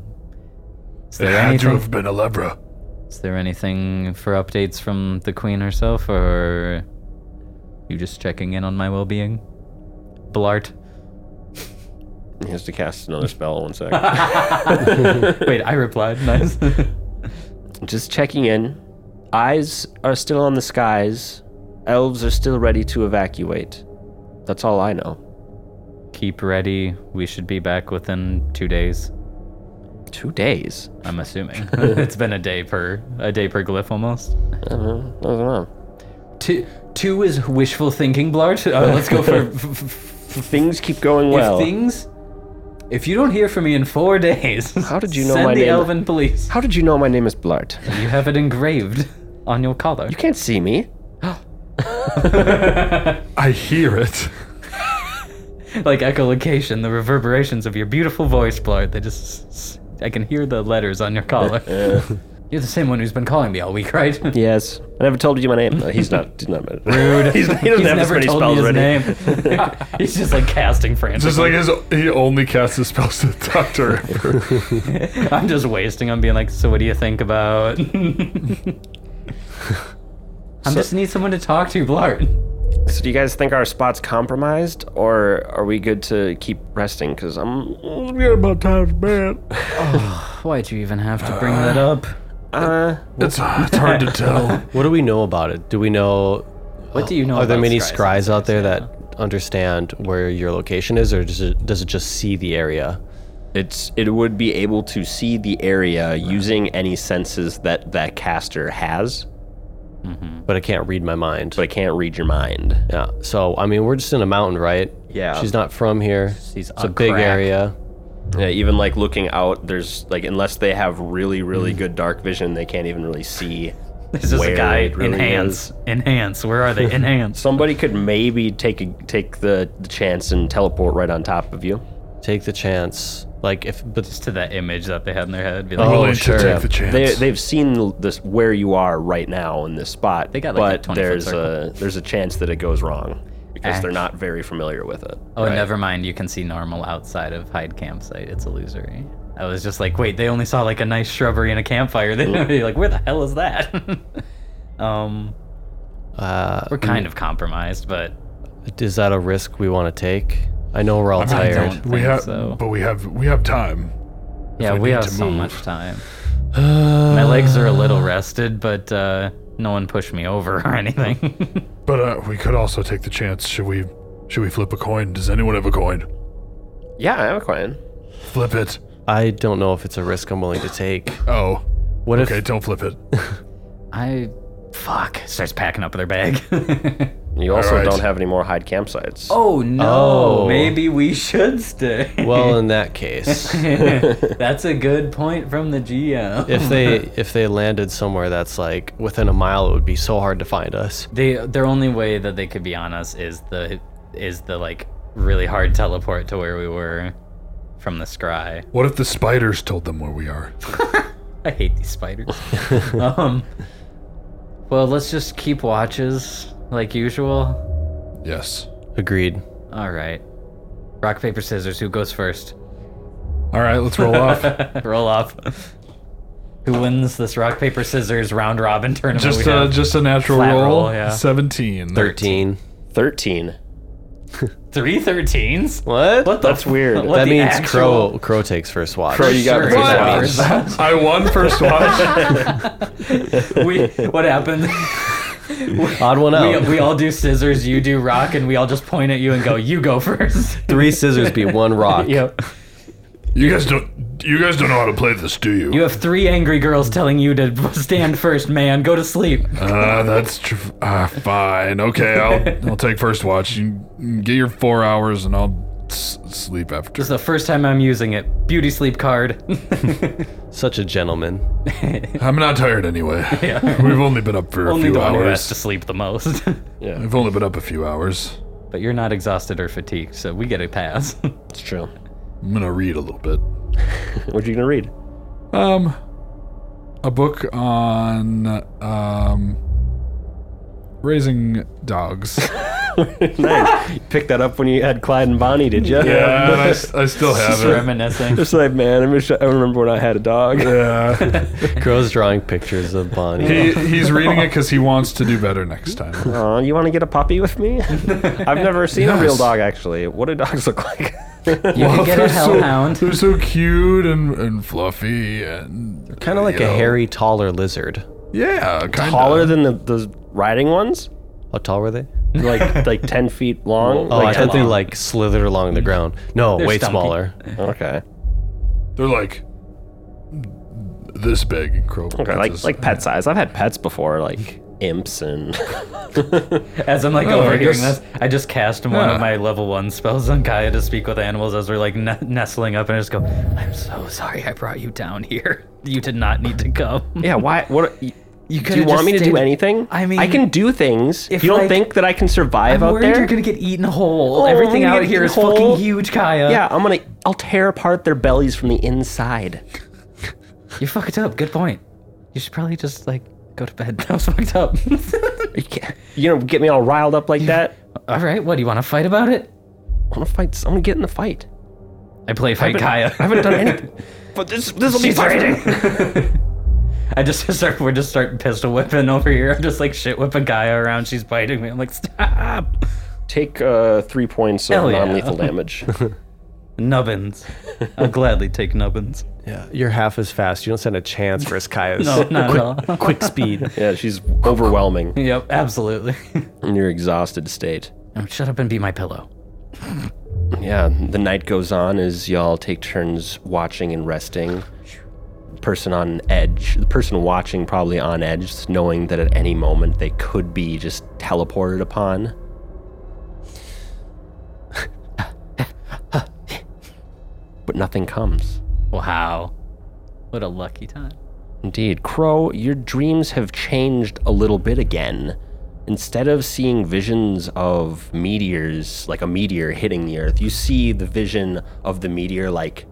Is It there had to anything? have been a Levra. Is there anything for updates from the queen herself, or you just checking in on my well-being, Blart? He has to cast another spell. One second. Wait, I replied. Nice. just checking in. Eyes are still on the skies. Elves are still ready to evacuate. That's all I know. Keep ready. We should be back within two days. Two days. I'm assuming it's been a day per a day per glyph almost. I don't know. Two two is wishful thinking, Blart. Uh, let's go for f- Things keep going well. if things. If you don't hear from me in four days, How did you know send my the name? elven police. How did you know my name is Blart? You have it engraved on your collar. You can't see me. I hear it. like echolocation, the reverberations of your beautiful voice, Blart. They just. I can hear the letters on your collar. You're the same one who's been calling me all week, right? Yes. I never told you my name. No, he's not. He's not. Rude. He's, he doesn't have as never many told spells me his ready. name. He's just like casting frantically. Just like his, he only casts his spells to the doctor. I'm just wasting on being like, so what do you think about? I just need someone to talk to, Blart. So, do you guys think our spot's compromised, or are we good to keep resting? Because I'm. Yeah, about time's bad. Why'd you even have to bring that up? Uh, It's, it's hard to tell. What do we know about it? Do we know? What do you know? Are there about many scries? scries out there that understand where your location is, or does it, does it just see the area? it's it would be able to see the area using any senses that that caster has, But it can't read my mind. but it can't read your mind. yeah. So I mean, we're just in a mountain, right? Yeah. She's not from here. She's it's a on big crack. area. Oh. Yeah, even like looking out, there's like unless they have really really Mm. good dark vision, they can't even really see. This is where a guy. it really enhance, is. enhance. Where are they? Enhance. Somebody could maybe take a, take the, the chance and teleport right on top of you. Take the chance. Like if, but Just to that image that they had in their head. Be like, Oh, Willing sure. to take the chance. They they've seen this where you are right now in this spot. They got, like, a but 20 foot there's circle. Ah. a there's a chance that it goes wrong because they're Act- not very familiar with it. Oh, never mind. You can see normal outside of Hyde campsite. It's illusory. I was just like, wait, they only saw like a nice shrubbery and a campfire. They would be like, where the hell is that? um, mm. uh, we're kind of compromised, but is that a risk we want to take? I know we're all I tired. don't we think have, so. but we have, we have time. yeah, we we need have to so move. much time. My legs are a little rested, but uh, no one pushed me over or anything. But uh, we could also take the chance. Should we? Should we flip a coin? Does anyone have a coin? Yeah, I have a coin. Flip it. I don't know if it's a risk I'm willing to take. Oh, What okay. if Don't flip it. I fuck starts packing up their bag. You also right. don't have any more hide campsites. oh no! Oh. Maybe we should stay. Well, in that case, That's a good point from the GM. if they if they landed somewhere that's like within a mile, it would be so hard to find us. they their only way that they could be on us is the is the like really hard teleport to where we were from the scry. What if the spiders told them where we are? I hate these spiders. um, well, let's just keep watches. like usual? Yes. Agreed. All right. Rock, paper, scissors. Who goes first? All right, let's roll off. Roll off. Who wins this rock, paper, scissors round robin tournament? we just a have? just a natural Flat roll. roll, yeah. Seventeen. 13. 13. Three 13s? What? What the f- That's weird. what That the means actual- Crow Crow takes first watch. Crow, you got Sure, first yeah. watch. First watch. I won first watch. we, what happened? Odd one We, out. we all do scissors, you do rock, and we all just point at you and go, you go first. Three scissors beat one rock. Yep. you guys don't. You guys don't know how to play this, do you? You have three angry girls telling you to stand first, man. Go to sleep. Uh, that's tr- uh, fine. Okay, I'll I'll take first watch. You get your four hours, and I'll s- sleep after. It's the first time I'm using it. Beauty sleep card. Such a gentleman. I'm not tired anyway. We've only been up for a Only few the one who has hours. to sleep the most. We've only been up a few hours. but you're not exhausted or fatigued, so we get a pass. It's true. I'm gonna read a little bit. What are you going to read? Um, a book on um raising dogs. nice. You picked that up when you had Clyde and Bonnie, did you? Yeah, and I, s- I still have Just it. reminiscing. It's like, man, I, wish I remember when I had a dog. Yeah, Crow's drawing pictures of Bonnie. he, he's reading it because he wants to do better next time. Aw, you want to get a puppy with me? I've never seen a real Yes. dog, actually. What do dogs look like? You can get a they're so- hellhound. They're so cute and, and fluffy and Kind of like you a know. hairy, taller lizard. Yeah, kind Taller than the, the riding ones? How tall were they? Like like 10 feet long? Oh, I like, thought they like slithered along the ground. No, way stumpy. smaller. okay. They're like this big and crow. Okay, like like pet size. I've had pets before, like imps and As I'm like Oh, I overhearing guess- this, I just cast one Yeah. of my level one spells on Gaia to speak with animals as we're like n- nestling up, and I just go, "I'm so sorry, I brought you down here. You did not need to come." yeah. Why? What? You do you want me to do anything? I mean, I can do things. You if, don't like- think that I can survive I'm out worried there? you're gonna get eaten whole. Oh, Everything I'm gonna out get here is eaten whole. fucking huge, Kaya. yeah, I'm gonna. I'll tear apart their bellies from the inside. you fuck it up. Good point. You should probably just like go to bed. That was fucked up. You can't. You know, get me all riled up like that. All right, what do you want to fight about it? I want to fight. I'm gonna get in the fight. I play fight Kaya. I haven't done anything. But this this will be fighting. I just start. We're just starting pistol whipping over here. I'm just like shit whipping Gaia around. She's biting me. I'm like, stop. Take uh, three points of Hell yeah. non-lethal damage. Nubbins. I'll gladly take nubbins. Yeah, you're half as fast. You don't stand a chance versus Kaya's No, not at all. quick speed. yeah, she's overwhelming Yep, absolutely. in your exhausted state. Oh, shut up and be my pillow. Yeah, the night goes on as y'all take turns watching and resting. Person on edge, the person watching probably on edge, knowing that at any moment they could be just teleported upon. but nothing comes. Wow. What a lucky time. Indeed. Crow, your dreams have changed a little bit again. Instead of seeing visions of meteors, like a meteor hitting the earth, you see the vision of the meteor like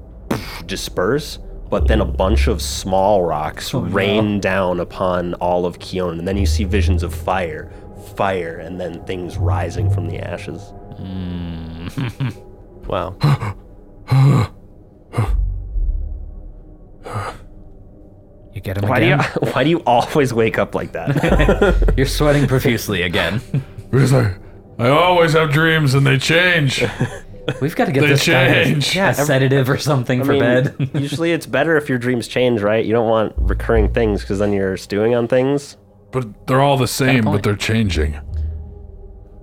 disperse, but then a bunch of small rocks rain down upon all of Keon. And then you see visions of fire, fire, and then things rising from the ashes. Wow. You get him Why do, you, why do you always wake up like that? You're sweating profusely again. Because I, I always have dreams and they change. We've got to get They this change. guy yeah, a sedative or something for bed. usually it's better if your dreams change, right? You don't want recurring things because then you're stewing on things. But they're all the same, point. but they're changing.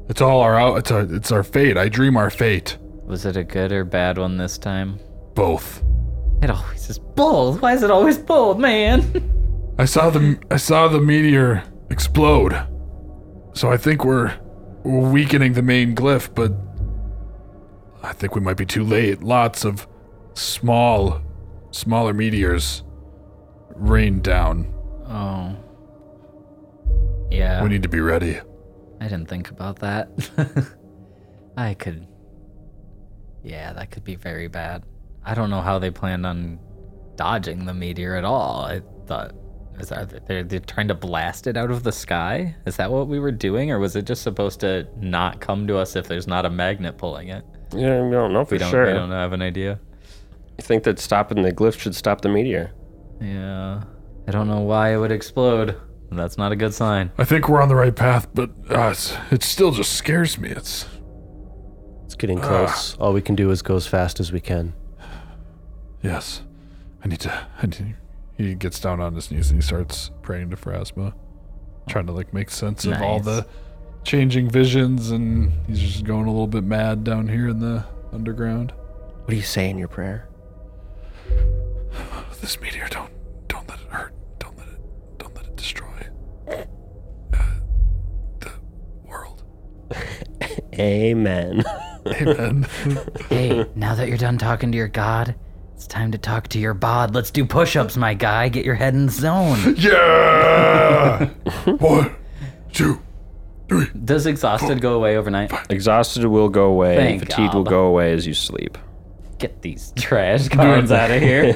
It's all our out. It's our, it's our fate. I dream our fate. Was it a good or bad one this time? Both. It always is bold. Why is it always bold, man? I saw the I saw the meteor explode. So I think we're we're weakening the main glyph, but I think we might be too late. Lots of small smaller meteors rain down. Oh. Yeah. We need to be ready. I didn't think about that. I could. Yeah, that could be very bad. I don't know how they planned on dodging the meteor at all. I thought Is are they, they're trying to blast it out of the sky? Is that what we were doing, or was it just supposed to not come to us if there's not a magnet pulling it? Yeah, we don't know for We don't. sure. We don't have an idea. I think that stopping the glyph should stop the meteor. Yeah. I don't know why it would explode. That's not a good sign. I think we're on the right path, but uh, it's, it still just scares me. It's It's getting close. All we can do is go as fast as we can. yes. I need to. I need, he gets down on his knees and he starts praying to Phrasma, trying to like make sense of all Nice. the changing visions, and he's just going a little bit mad down here in the underground. What do you say in your prayer? This meteor, don't don't let it hurt. Don't let it don't let it destroy uh, the world. Amen. Amen. Hey, now that you're done talking to your god, it's time to talk to your bod. Let's do push ups, my guy. Get your head in the zone. yeah. One, two. Does exhausted go away overnight? Exhausted will go away. Thank fatigue will God. go away as you sleep. Get these trash cards out of here.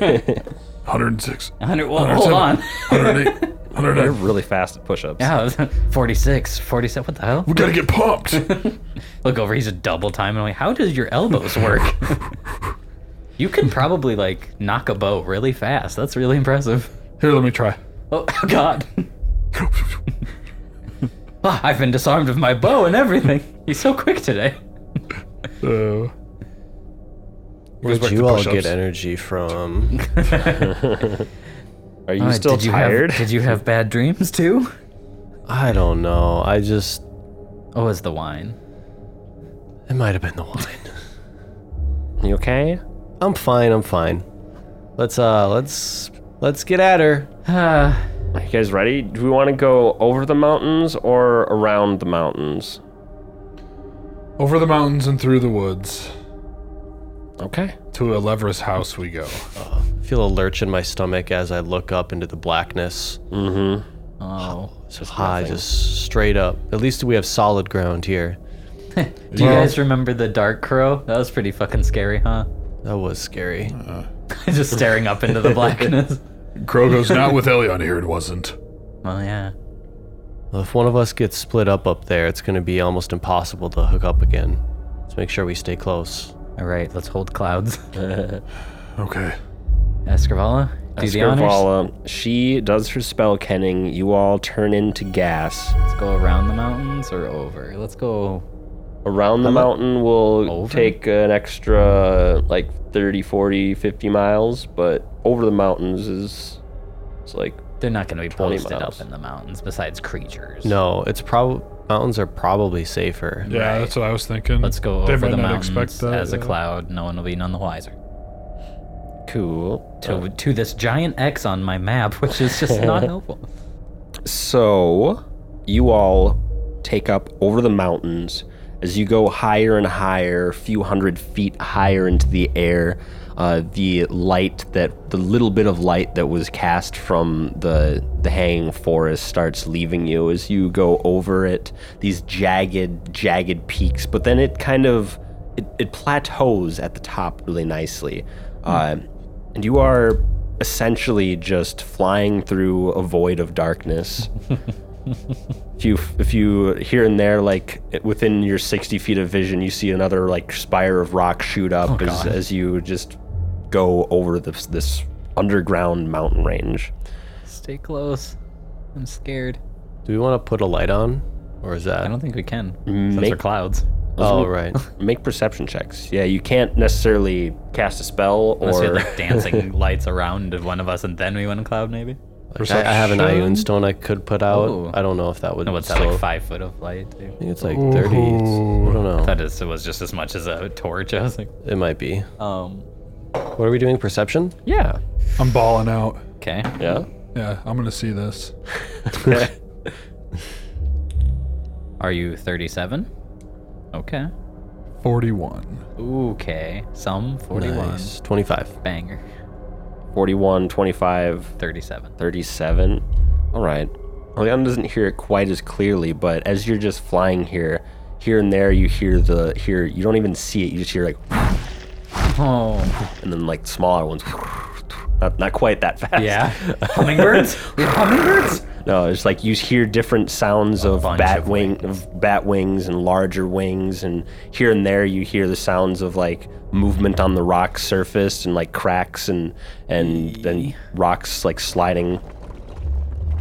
106, 100, well, hold on. 108, 109. You're really fast at push-ups. Yeah, I was- 46, 47. What the hell? We gotta get pumped. Look over, he's a double time. And I'm like, how does your elbows work? you can probably, like, knock a bow really fast. That's really impressive. Here, let me try. Oh, God. Ah, I've been disarmed of my bow and everything. He's so quick today. Uh, Where back did you to all push-ups. get energy from? Are you All right, still Uh, did you tired? Have, did you have bad dreams too? I don't know. I just. Oh, it's the wine. It might have been the wine. You okay? I'm fine. I'm fine. Let's uh, let's let's get at her. Ah, Are you guys ready? Do we want to go over the mountains or around the mountains? over the mountains and through the woods Okay. to Elevra's house we go. I feel a lurch in my stomach as I look up into the blackness. oh. It's high, just straight up. At least we have solid ground here. Do you guys remember the dark crow? That was pretty fucking scary, huh? That was scary. Just staring up into the blackness. Crow goes not with Elion here. It wasn't. Well, yeah. Well, if one of us gets split up up there, it's going to be almost impossible to hook up again. Let's make sure we stay close. All right, let's hold clouds. Okay. Escarvala, do the honors. Scarvala, she does her spell kenning. You all turn into gas. Let's go around the mountains or over. Let's go. Around the mountain will Over? take an extra like 30, 40, 50 miles, but over the mountains is it's like They're not going to be 20 posted up miles. in the mountains. Besides creatures. No, it's probably mountains are probably safer. Yeah, that's what I was thinking. Let's go over they the might not mountains expect that, as a yeah. cloud. No one will be none the wiser. cool. To to this giant X on my map, which is just not helpful. So, you all take up over the mountains. As you go higher and higher, a few hundred feet higher into the air, uh, the light that the little bit of light that was cast from the the hanging forest starts leaving you as you go over it. These jagged, jagged peaks, but then it kind of it, it plateaus at the top really nicely. Uh, and you are essentially just flying through a void of darkness. if you if you here and there, like within your sixty feet of vision, you see another like spire of rock shoot up as, as you just go over this this underground mountain range. Stay close. I'm scared. Do we want to put a light on, or is that? I don't think we can. Since Make- we're clouds. oh right. Make perception checks. Yeah, you can't necessarily cast a spell Unless we had or like dancing lights around one of us and then we went in cloud maybe. Like, I, I have an Perception? Ioun stone I could put out. Ooh. I don't know if that would. And what's Oh. that slow- like five foot of light? Dude? I think it's like thirty. It's- I don't know. That is it was just as much as a torch. I was like, It might be. um, What are we doing? Perception? yeah, I'm balling out. okay. yeah. Yeah, I'm gonna see this. Are you 37? Okay. 41. Okay. Some 41. Nice. Twenty-five. Banger. 41, 25, 37. 37. All right. Leon doesn't hear it quite as clearly, but as you're just flying here, here and there, you hear the here. You don't even see it. You just hear like, Oh. and then like smaller ones. not, not quite that fast. Yeah. Hummingbirds? We have hummingbirds? No, it's like you hear different sounds of bunch bat of wing of bat wings and larger wings and here and there you hear the sounds of like movement on the rock surface and like cracks and and then rocks like sliding.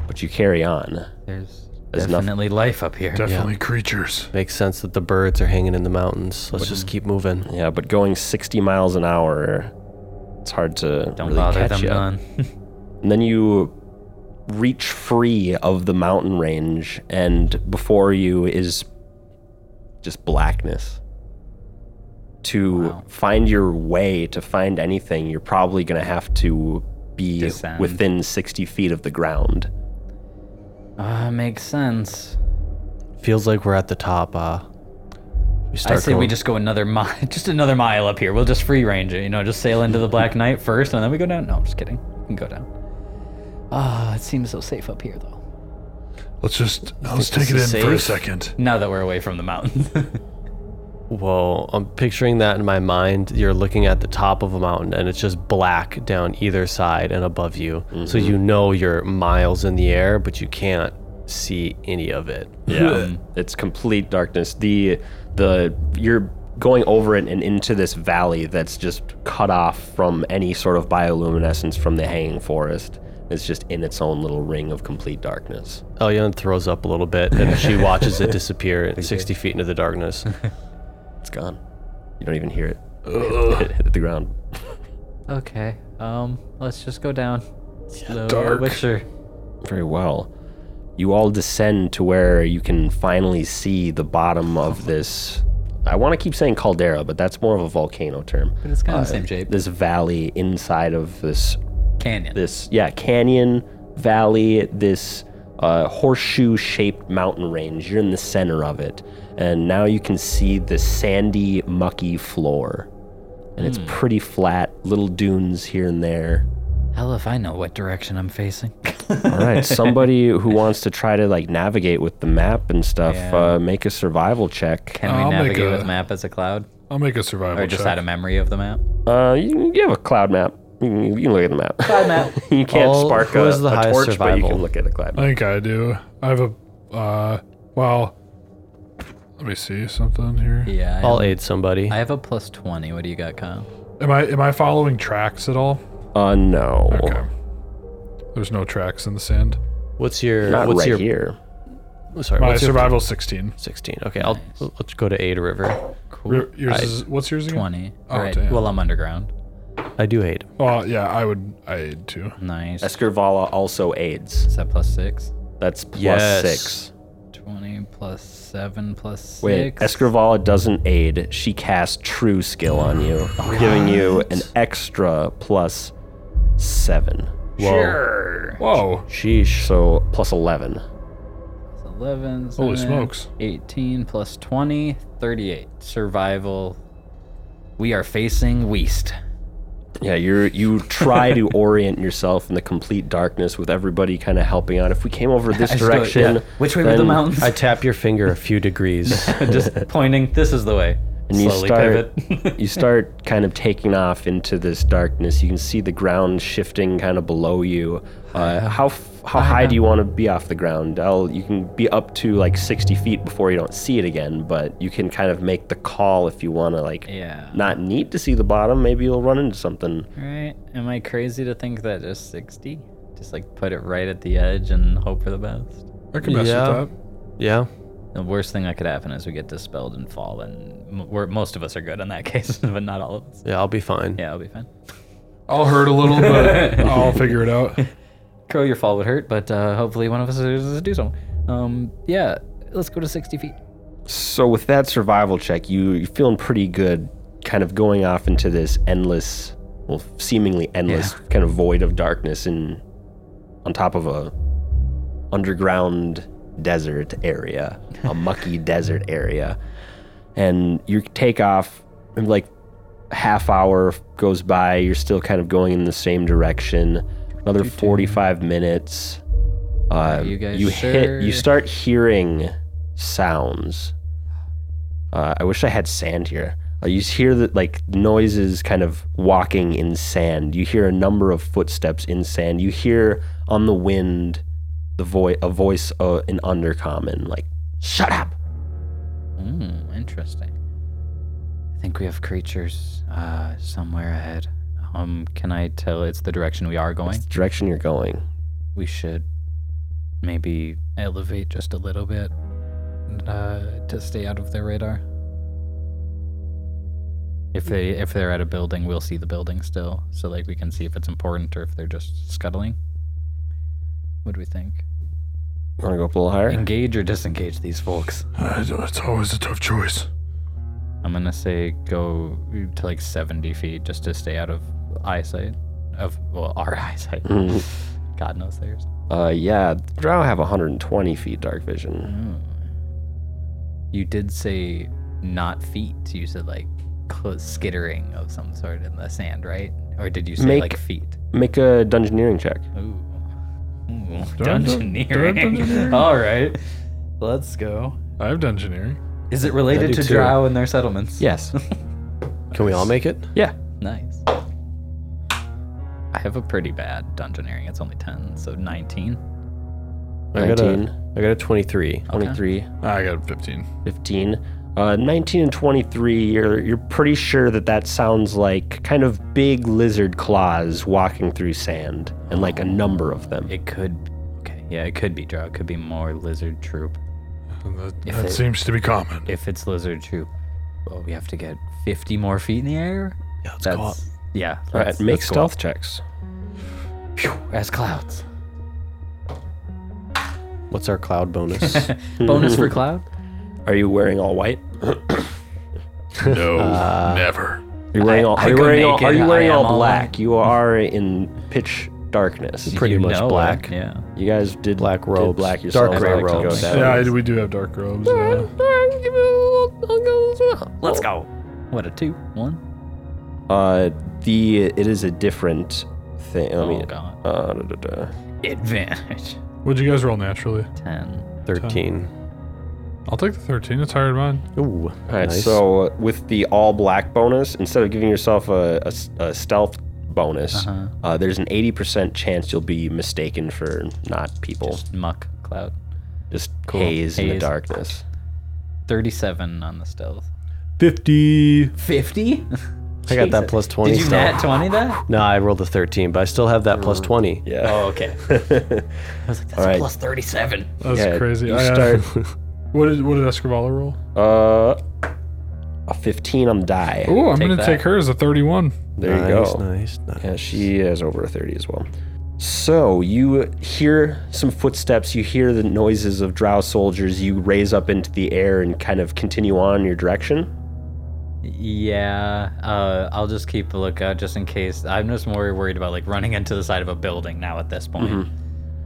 But you carry on. There's There's nothing. definitely life up here. Definitely creatures. Makes sense that the birds are hanging in the mountains. Let's just keep moving. Yeah, but going 60 miles an hour, it's hard to Don't really bother catch them you. done. And then you reach free of the mountain range, and before you is just blackness. To find your way, to find anything, you're probably going to have to be Descend. within 60 feet of the ground. Ah, makes sense. Feels like we're at the top. Uh, we I start say we going- just go another mile, just another mile up here. We'll just free range it, you know, just sail into the Black Knight first, and then we go down. No, I'm just kidding. We can go down. Ah, it seems so safe up here, though. Let's just let's this take it in is for a safe? second. Now that we're away from the mountains. Whoa, I'm picturing that in my mind. You're looking at the top of a mountain and it's just black down either side and above you. Mm-hmm. So you know you're miles in the air, but you can't see any of it. Yeah, Um, it's complete darkness. The the you're going over it and into this valley that's just cut off from any sort of bioluminescence from the hanging forest. It's just in its own little ring of complete darkness. Elian throws up a little bit and she watches it disappear at 60 feet into the darkness. It's gone. You don't even hear it. it hit the ground. okay. Um, let's just go down. Slow dark. Witcher. Very well. You all descend to where you can finally see the bottom of this. I want to keep saying caldera, but that's more of a volcano term. But it's kind of the same shape. This valley inside of this Canyon. this yeah canyon valley this uh, horseshoe shaped mountain range you're in the center of it and now you can see the sandy mucky floor and it's pretty flat little dunes here and there Hell if I know what direction I'm facing. all right somebody who wants to try to like navigate with the map and stuff Yeah. uh, make a survival check Can we I'll make navigate a- with map as a cloud? I'll make a survival Or just check. out of memory of the map? uh, you, you have a cloud map you can, you can look at the map cloud map you can't All- spark who a, has the a highest torch but you survival? can look at a cloud I map think I do. I have a uh well let me see something here. Yeah. I, I'll aid somebody. I have a plus 20. What do you got, Kyle? Am I am I following tracks at all? uh no Okay. There's no tracks in the sand. What's your not what's right your oh, here sorry, My what's your survival 16. 16. Okay, I'll let's go to aid river. Your- Yours is what's yours again? 20. Oh, right. damn. Well, I'm underground. I do aid. Well, Oh, yeah, I would I aid too. Nice. Escarvala also aids Is that plus 6? That's plus Yes. six. 20 plus 7 plus 6. Wait, Escrivala doesn't aid. She casts true skill on you, giving you an extra plus seven. Whoa. Whoa. Sheesh. So plus 11. 11. 7, Holy smokes. 18 plus 20, 38. Survival. We are facing West. Yeah, you you try to orient yourself in the complete darkness with everybody kind of helping out. If we came over this I just go, direction, yeah, Which way were the then- mountains? I tap your finger a few degrees. just pointing. This is the way. And you Slowly start, pivot. you start kind of taking off into this darkness. You can see the ground shifting kind of below you. Uh, how f- how high do you want to be off the ground? I'll, you can be up to like 60 feet before you don't see it again, but you can kind of make the call if you want to like Yeah. not need to see the bottom. Maybe you'll run into something. Right? Am I crazy to think that just 60? Just like put it right at the edge and hope for the best. I can mess Yeah. with that. yeah. The worst thing that could happen is we get dispelled and fall, and m- we're, most of us are good in that case, but not all of us. Yeah, I'll be fine. Yeah, I'll be fine. I'll hurt a little, but I'll figure it out. Crow, your fall would hurt, but uh, hopefully one of us is do something. Um, yeah, let's go to 60 feet. So with that survival check, you you're feeling pretty good, kind of going off into this endless, well, seemingly endless Yeah. kind of void of darkness and on top of a underground desert area, a mucky desert area, and you take off. And like half hour goes by, you're still kind of going in the same direction. Another 45 minutes. Uh, you guys you hit. You sure? start hearing sounds. Uh, I wish I had sand here. Uh, you hear that like noises kind of walking in sand. You hear a number of footsteps in sand. You hear on the wind the voice a voice uh, in undercommon like shut up. Mm, interesting. I think we have creatures uh, somewhere ahead. Um, can I tell it's the direction we are going? Direction you're going. We should maybe elevate just a little bit uh, to stay out of their radar. If they if they're at a building, we'll see the building still, so like we can see if it's important or if they're just scuttling. What do we think? Want to go up a little higher? Engage or disengage these folks? I don't- It's always a tough choice. I'm gonna say go to like 70 feet just to stay out of eyesight of well our eyesight. Mm. God knows theirs. Uh, yeah. Drow have 120 feet dark vision. You did say not feet. You said like cl- skittering of some sort in the sand, right? Or did you say Make- like feet? Make a dungeoneering check. Ooh. Ooh. Dun- dun- dun- Dungeoneering. dungeoneering. All right. Let's go. I have done engineering. Is it related do to too. Drow and their settlements? Yes. Can we all make it? yeah. Nice. I have a pretty bad dungeoneering. It's only 10, so 19. I got a, 19. I got a 23. 23. I got a 15. 15 uh, 19 and 23 you're, you're pretty sure that that sounds like kind of big lizard claws walking through sand and like a number of them It could. Okay. Yeah, it could be Drow. It could be more Lizard Troop. And that If that it- seems to be common. If it's Lizard Troop, well, we have to get 50 more feet in the air? Yeah, let's that's go up. Yeah. all right let's- make let's go up stealth checks As clouds. What's our cloud bonus? Bonus for cloud? are you wearing all white No, Uh, never. are you wearing all, I are you go wearing all, naked, are you I wearing am all all black white. you are in pitch darkness Pretty You much know it, black. Yeah. you guys did Black did robes. black Dark yourselves. gray I like to go robes. that Yeah, way. I, we do have dark robes. uh, Let's go. What, a two? One? uh the it is a different thing let Oh, me God. uh, da, da, da. Advantage. what'd you guys roll naturally? 10. 13. I'll take the 13. It's higher than mine. Ooh. All right, nice. so uh, with the all black bonus, instead of giving yourself a, a s- a stealth bonus, Uh-huh. uh there's an 80% chance you'll be mistaken for not people. Just, Muck cloud. haze, in the Haze. darkness. 37 on the stealth. 50. 50? I got that plus 20 Did you still. nat 20 that? No, I rolled a 13, but I still have that plus 20. Yeah. Oh, okay. I was like, that's All right. plus 37. That's Yeah, crazy. You I, uh, start what did what did Escrivala roll? uh, a 15 on the die. Oh, I'm Take gonna that. take her as a 31. There you nice, go. Nice, nice. Yeah, she has over a 30 as well. So you hear some footsteps, you hear the noises of drow soldiers, you raise up into the air and kind of continue on in your direction. Yeah, uh, I'll just keep a lookout just in case. I'm just more worried about like running into the side of a building now at this point.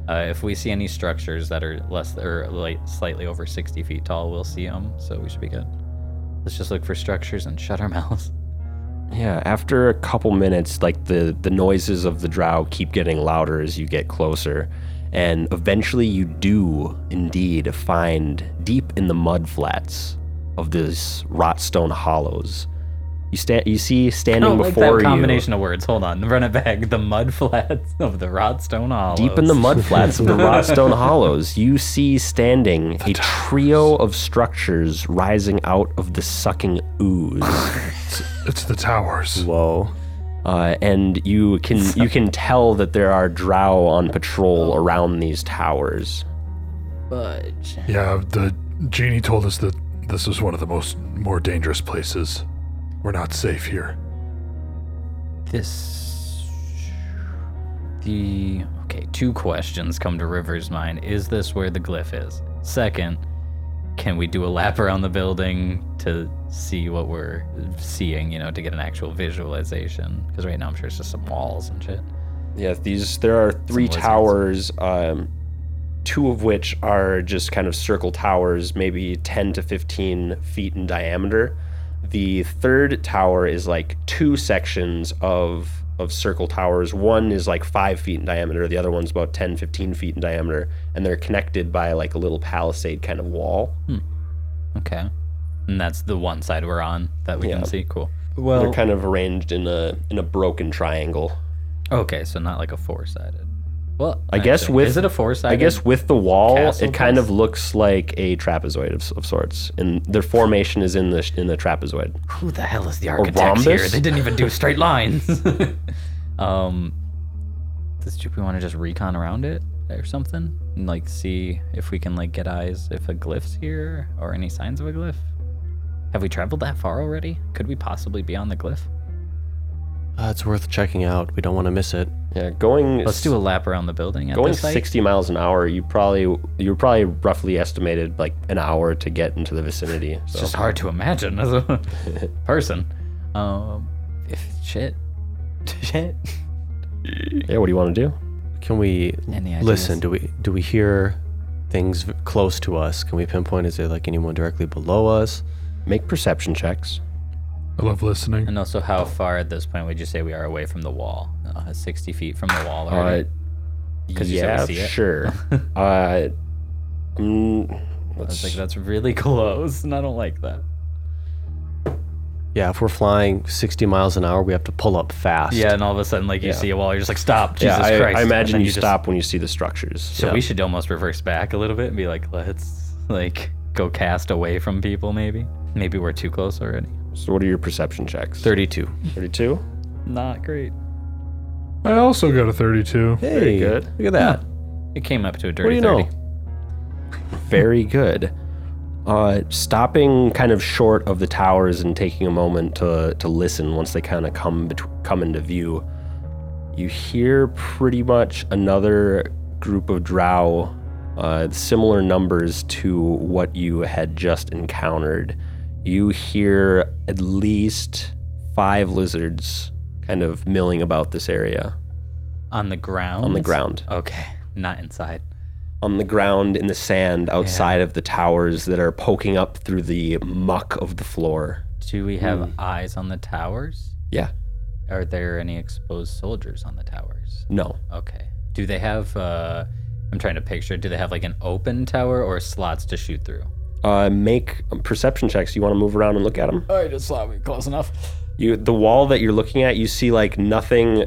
Uh, if we see any structures that are less or like slightly over 60 feet tall, we'll see them, so we should be good. Let's just look for structures and shut our mouths. Yeah, after a couple minutes, like the, the noises of the drow keep getting louder as you get closer. And eventually, you do indeed find deep in the mud flats of these rotstone hollows. You stand. You see I standing don't like before that you, combination of words. Hold on, run it back. The mud flats of the Rodstone Hollow. deep in the mud flats of the rotstone hollows, you see standing a trio of structures rising out of the sucking ooze. It's the towers. Whoa. uh, and you can you can tell that there are drow on patrol around these towers. Fudge. Yeah, the genie told us that this is one of the most more dangerous places. We're not safe here. This. The. Okay, two questions come to River's mind. Is this where the glyph is? Second, can we do a lap around the building to see what we're seeing, you know, to get an actual visualization? Because right now I'm sure it's just some walls and shit. Yeah, these there are three Some lizards. towers, um, two of which are just kind of circle towers, maybe ten to fifteen feet in diameter. The third tower is like two sections of of circle towers. One is like five feet in diameter, the other one's about 10, 15 feet in diameter, and they're connected by like a little palisade kind of wall. Okay. And that's the one side we're on that we Yeah. can see. Cool. They're Well, kind of arranged in a in a broken triangle. okay, so not like a four-sided. Well, I guess actually, with- is it a four-sided? I guess with the wall, Castle it kind place? of looks like a trapezoid of, of sorts, and their formation is in the in the trapezoid. who the hell is the architects here? rhombus? They didn't even do straight lines. um, does Jupy want to just recon around it or something, and like see if we can like get eyes if a glyph's here or any signs of a glyph? Have we traveled that far already? Could we possibly be on the glyph? Uh, it's worth checking out. We don't want to miss it. Yeah, going Let's do a lap around the building. At going this site. sixty miles an hour. You probably you probably roughly estimated like an hour to get into the vicinity. It's So. just hard to imagine as a person. Um, if shit, shit. yeah, what do you want to do? Can we Any ideas? listen? Do we do we hear things v- close to us? Can we pinpoint? Is it like anyone directly below us? Make perception checks. I love listening. And also, how far at this point would you say we are away from the wall? Uh, 60 feet from the wall All already? right. 'Cause you said we Uh, yeah, see it. sure. uh, mm, I was let's like, that's really close, and I don't like that. Yeah, if we're flying 60 miles an hour, we have to pull up fast. Yeah, and all of a sudden, like, you Yeah. see a wall, you're just like, stop, yeah, Jesus I, Christ. I and imagine then you, just- stop when you see the structures. so Yeah. we should almost reverse back a little bit and be like, let's, like, go cast away from people, maybe. Maybe we're too close already. So what are your perception checks? 32. 32? Not great. I also got a 32. Hey, Very good. Look at that. It came up to a dirty What do you 30. know? very good. Uh, stopping kind of short of the towers and taking a moment to, to listen once they kind of come bet- come into view, you hear pretty much another group of drow, uh, similar numbers to what you had just encountered. You hear at least five lizards kind of milling about this area On the ground? on the ground. Okay, not inside. on the ground in the sand outside of the towers that are poking up through the muck of the floor. Do we have Hmm. eyes on the towers? Yeah. Are there any exposed soldiers on the towers? No. Okay. Do they have? Uh, I'm trying to picture. Do they have like an open tower or slots to shoot through? Uh, make perception checks. You want to move around and look at them? All right, it's slot close enough. You the wall that you're looking at, you see like nothing.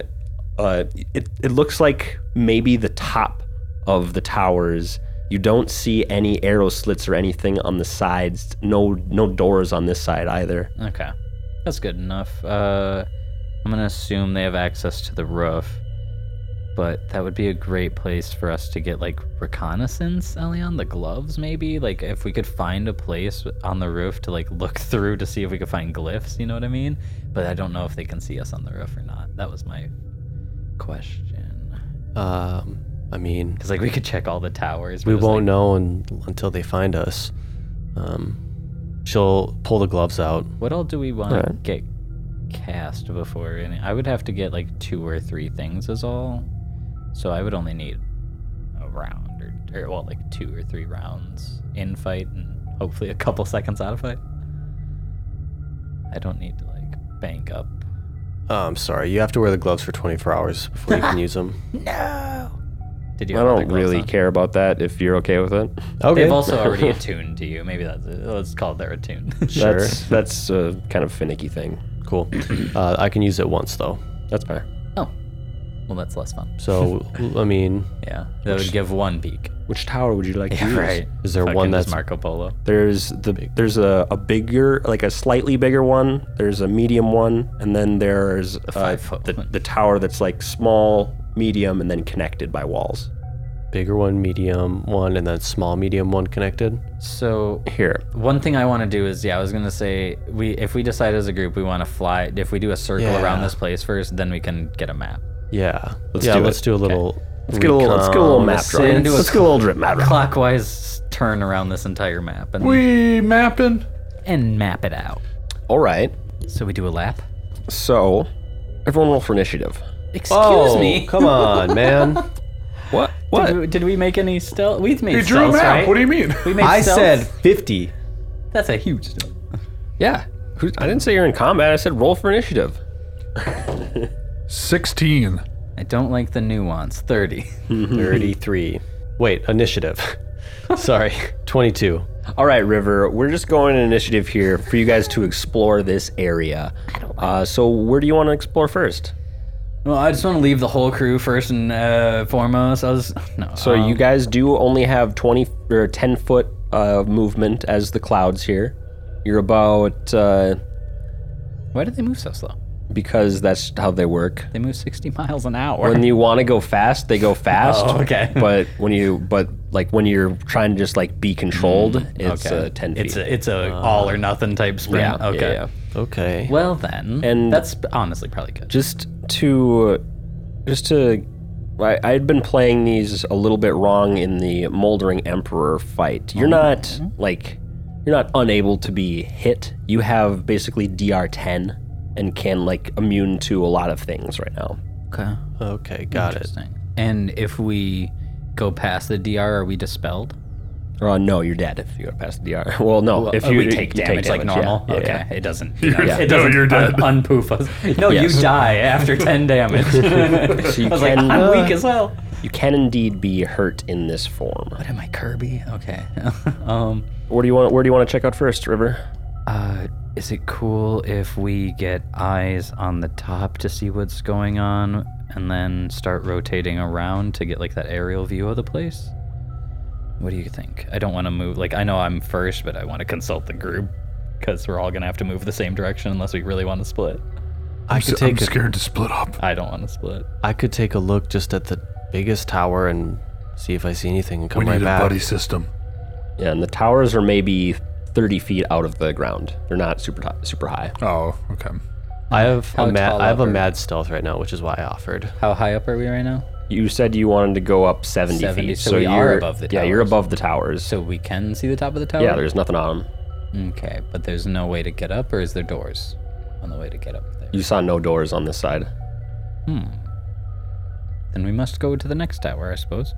Uh, it it looks like maybe the top of the towers. You don't see any arrow slits or anything on the sides. No no doors on this side either. Okay, that's good enough. Uh, I'm gonna assume they have access to the roof, but that would be a great place for us to get like reconnaissance, Elion. The gloves, maybe. Like if we could find a place on the roof to like look through to see if we could find glyphs. You know what I mean? But I don't know if they can see us on the roof or not. That was my question. Um, I mean, Because like we could check all the towers. we but it's won't like- know un- until they find us. Um, she'll pull the gloves out. what all do we want to get cast before? Any, I would have to get like two or three things is all. So I would only need a round or, or well, like two or three rounds in fight and hopefully a couple seconds out of fight. I don't need to like bank up. Oh, I'm sorry. You have to wear the gloves for 24 hours before you can use them. Did you? I have other don't gloves really on? care about that. If you're okay with it, Okay. They've also already attuned to you. Maybe that's it. let's call it their attune. Sure. that's that's a kind of finicky thing. cool. Uh, I can use it once though. That's fair. oh, well, that's less fun. So I mean, Yeah, that would give one peek. Which tower would you like to use? is there Fucking one just that's Marco Polo? There's the there's a, a bigger like a slightly bigger one. There's a medium one, and then there's uh, five-foot the, one. the tower that's like small, medium, and then connected by walls. bigger one, medium one, and then small, medium one connected? So Here, One thing I want to do is, yeah, I was gonna say we if we decide as a group we want to fly. If we do a circle Yeah. around this place first, then we can get a map. Yeah. yeah. do let's it. do a little. let's get a little let's get a little map sit drawing. into a Let's get a little drip map. drawing. Clockwise turn around this entire map and We mapping? and map it out. All right, So we do a lap. so everyone roll for initiative. Excuse Oh, me. come on, man. What? Did we, did we make any stealth? We made We drew a stealth, map. right? What do you mean? we made stealth? 50. that's a huge. Stealth. Yeah, Who's, I didn't say you're in combat. I said roll for initiative. 16. Mm-hmm. I don't like the nuance. Thirty. 33. Wait, initiative. Sorry, 22. All right, River, we're just going an initiative here for you guys to explore this area. Uh, so, where do you want to explore first? Well, I just want to leave the whole crew first and uh, foremost. I was no. So, you guys do only have 20 or 10 foot uh, movement as the clouds here. You're about, uh, Why did they move so slow? because that's how they work. They move 60 miles an hour. When you want to go fast, they go fast. Oh, okay. But when you, but like when you're trying to just like be controlled, it's uh, 10 feet. Mm, It's a, it's a all or nothing type yeah, sprint. Uh, yeah, okay. yeah. Okay. Well then, And- that's honestly probably good. just to just to I, i'd been playing these a little bit wrong in the moldering emperor fight Oh. you're not like you're not unable to be hit you have basically dr10 and can like immune to a lot of things right now Okay. Okay, got it. Interesting. And if we go past the DR, are we dispelled? or uh, no you're dead if you go past the dr well no if Oh, you we take you damage, like yeah, normal. yeah, okay, yeah. it doesn't. You're- It no, doesn't you're dead. Un- unpoof us. No, Yes. you die after ten damage. So you I was like, "Ah." can- I'm weak as hell. you can indeed be hurt in this form What am I, Kirby? Okay. um, where do you want where do you want to check out first river uh, is it cool if we get eyes on the top to see what's going on, and then start rotating around to get like that aerial view of the place? What do you think? I don't want to move. Like, I know I'm first, but I want to consult the group because we're all gonna have to move the same direction unless we really want to split. I I'm, could s- I'm take a, scared to split up. I don't want to split. I could take a look just at the biggest tower and see if I see anything and come We right need back. a buddy system. yeah, and the towers are maybe 30 feet out of the ground they're not super ti- super high Oh, okay. I have a mad, tall I have a upper? mad stealth right now, which is why I offered. How high up are we right now? You said you wanted to go up 70, 70, feet. so we are you're above the Yeah, you're towers. above the towers. So we can see the top of the tower. yeah, there's nothing on them. Okay, but there's no way to get up, or is there doors on the way to get up there? You saw no doors on this side. Then we must go to the next tower, I suppose.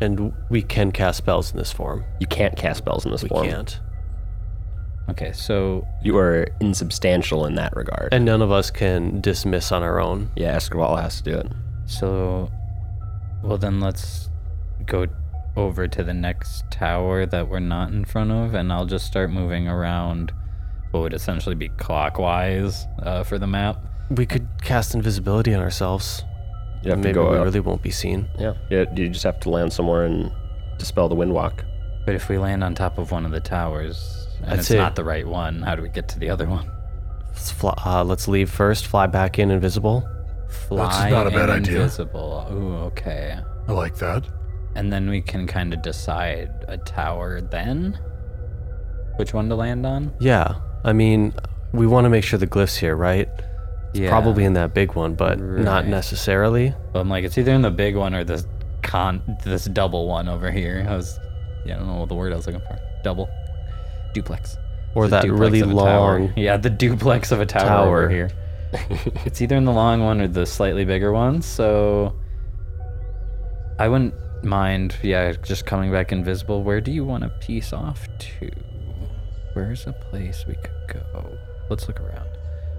And we can cast spells in this form. You can't cast spells in this We form. can't. Okay, so You are insubstantial in that regard. And none of us can dismiss on our own. yeah, Escobar has to do it. so well then let's go over to the next tower that we're not in front of, and I'll just start moving around what would essentially be clockwise uh, for the map. We could cast invisibility on ourselves. You have Maybe to go we up. really won't be seen. yeah. yeah, you just have to land somewhere and dispel the wind walk. But if we land on top of one of the towers and That's it's it. not the right one, how do we get to the other one? Let's, fly, uh, let's leave first, fly back in invisible. Fly not a bad and idea. invisible. Ooh, okay. I like that. And then we can kind of decide a tower then? Which one to land on? Yeah. I mean, we want to make sure the glyph's here, right? Yeah. Probably in that big one, but not Right. necessarily. But I'm like, it's either in the big one or this con, this double one over here. I was, yeah, I don't know what the word I was looking for. Double, duplex. Or It's a that duplex really of a tower. long- Yeah, the duplex of a tower, over Tower. here. it's either in the long one or the slightly bigger one. So I wouldn't mind. Yeah, just coming back invisible. Where do you want to piece off to? Where's a place we could go? Let's look around.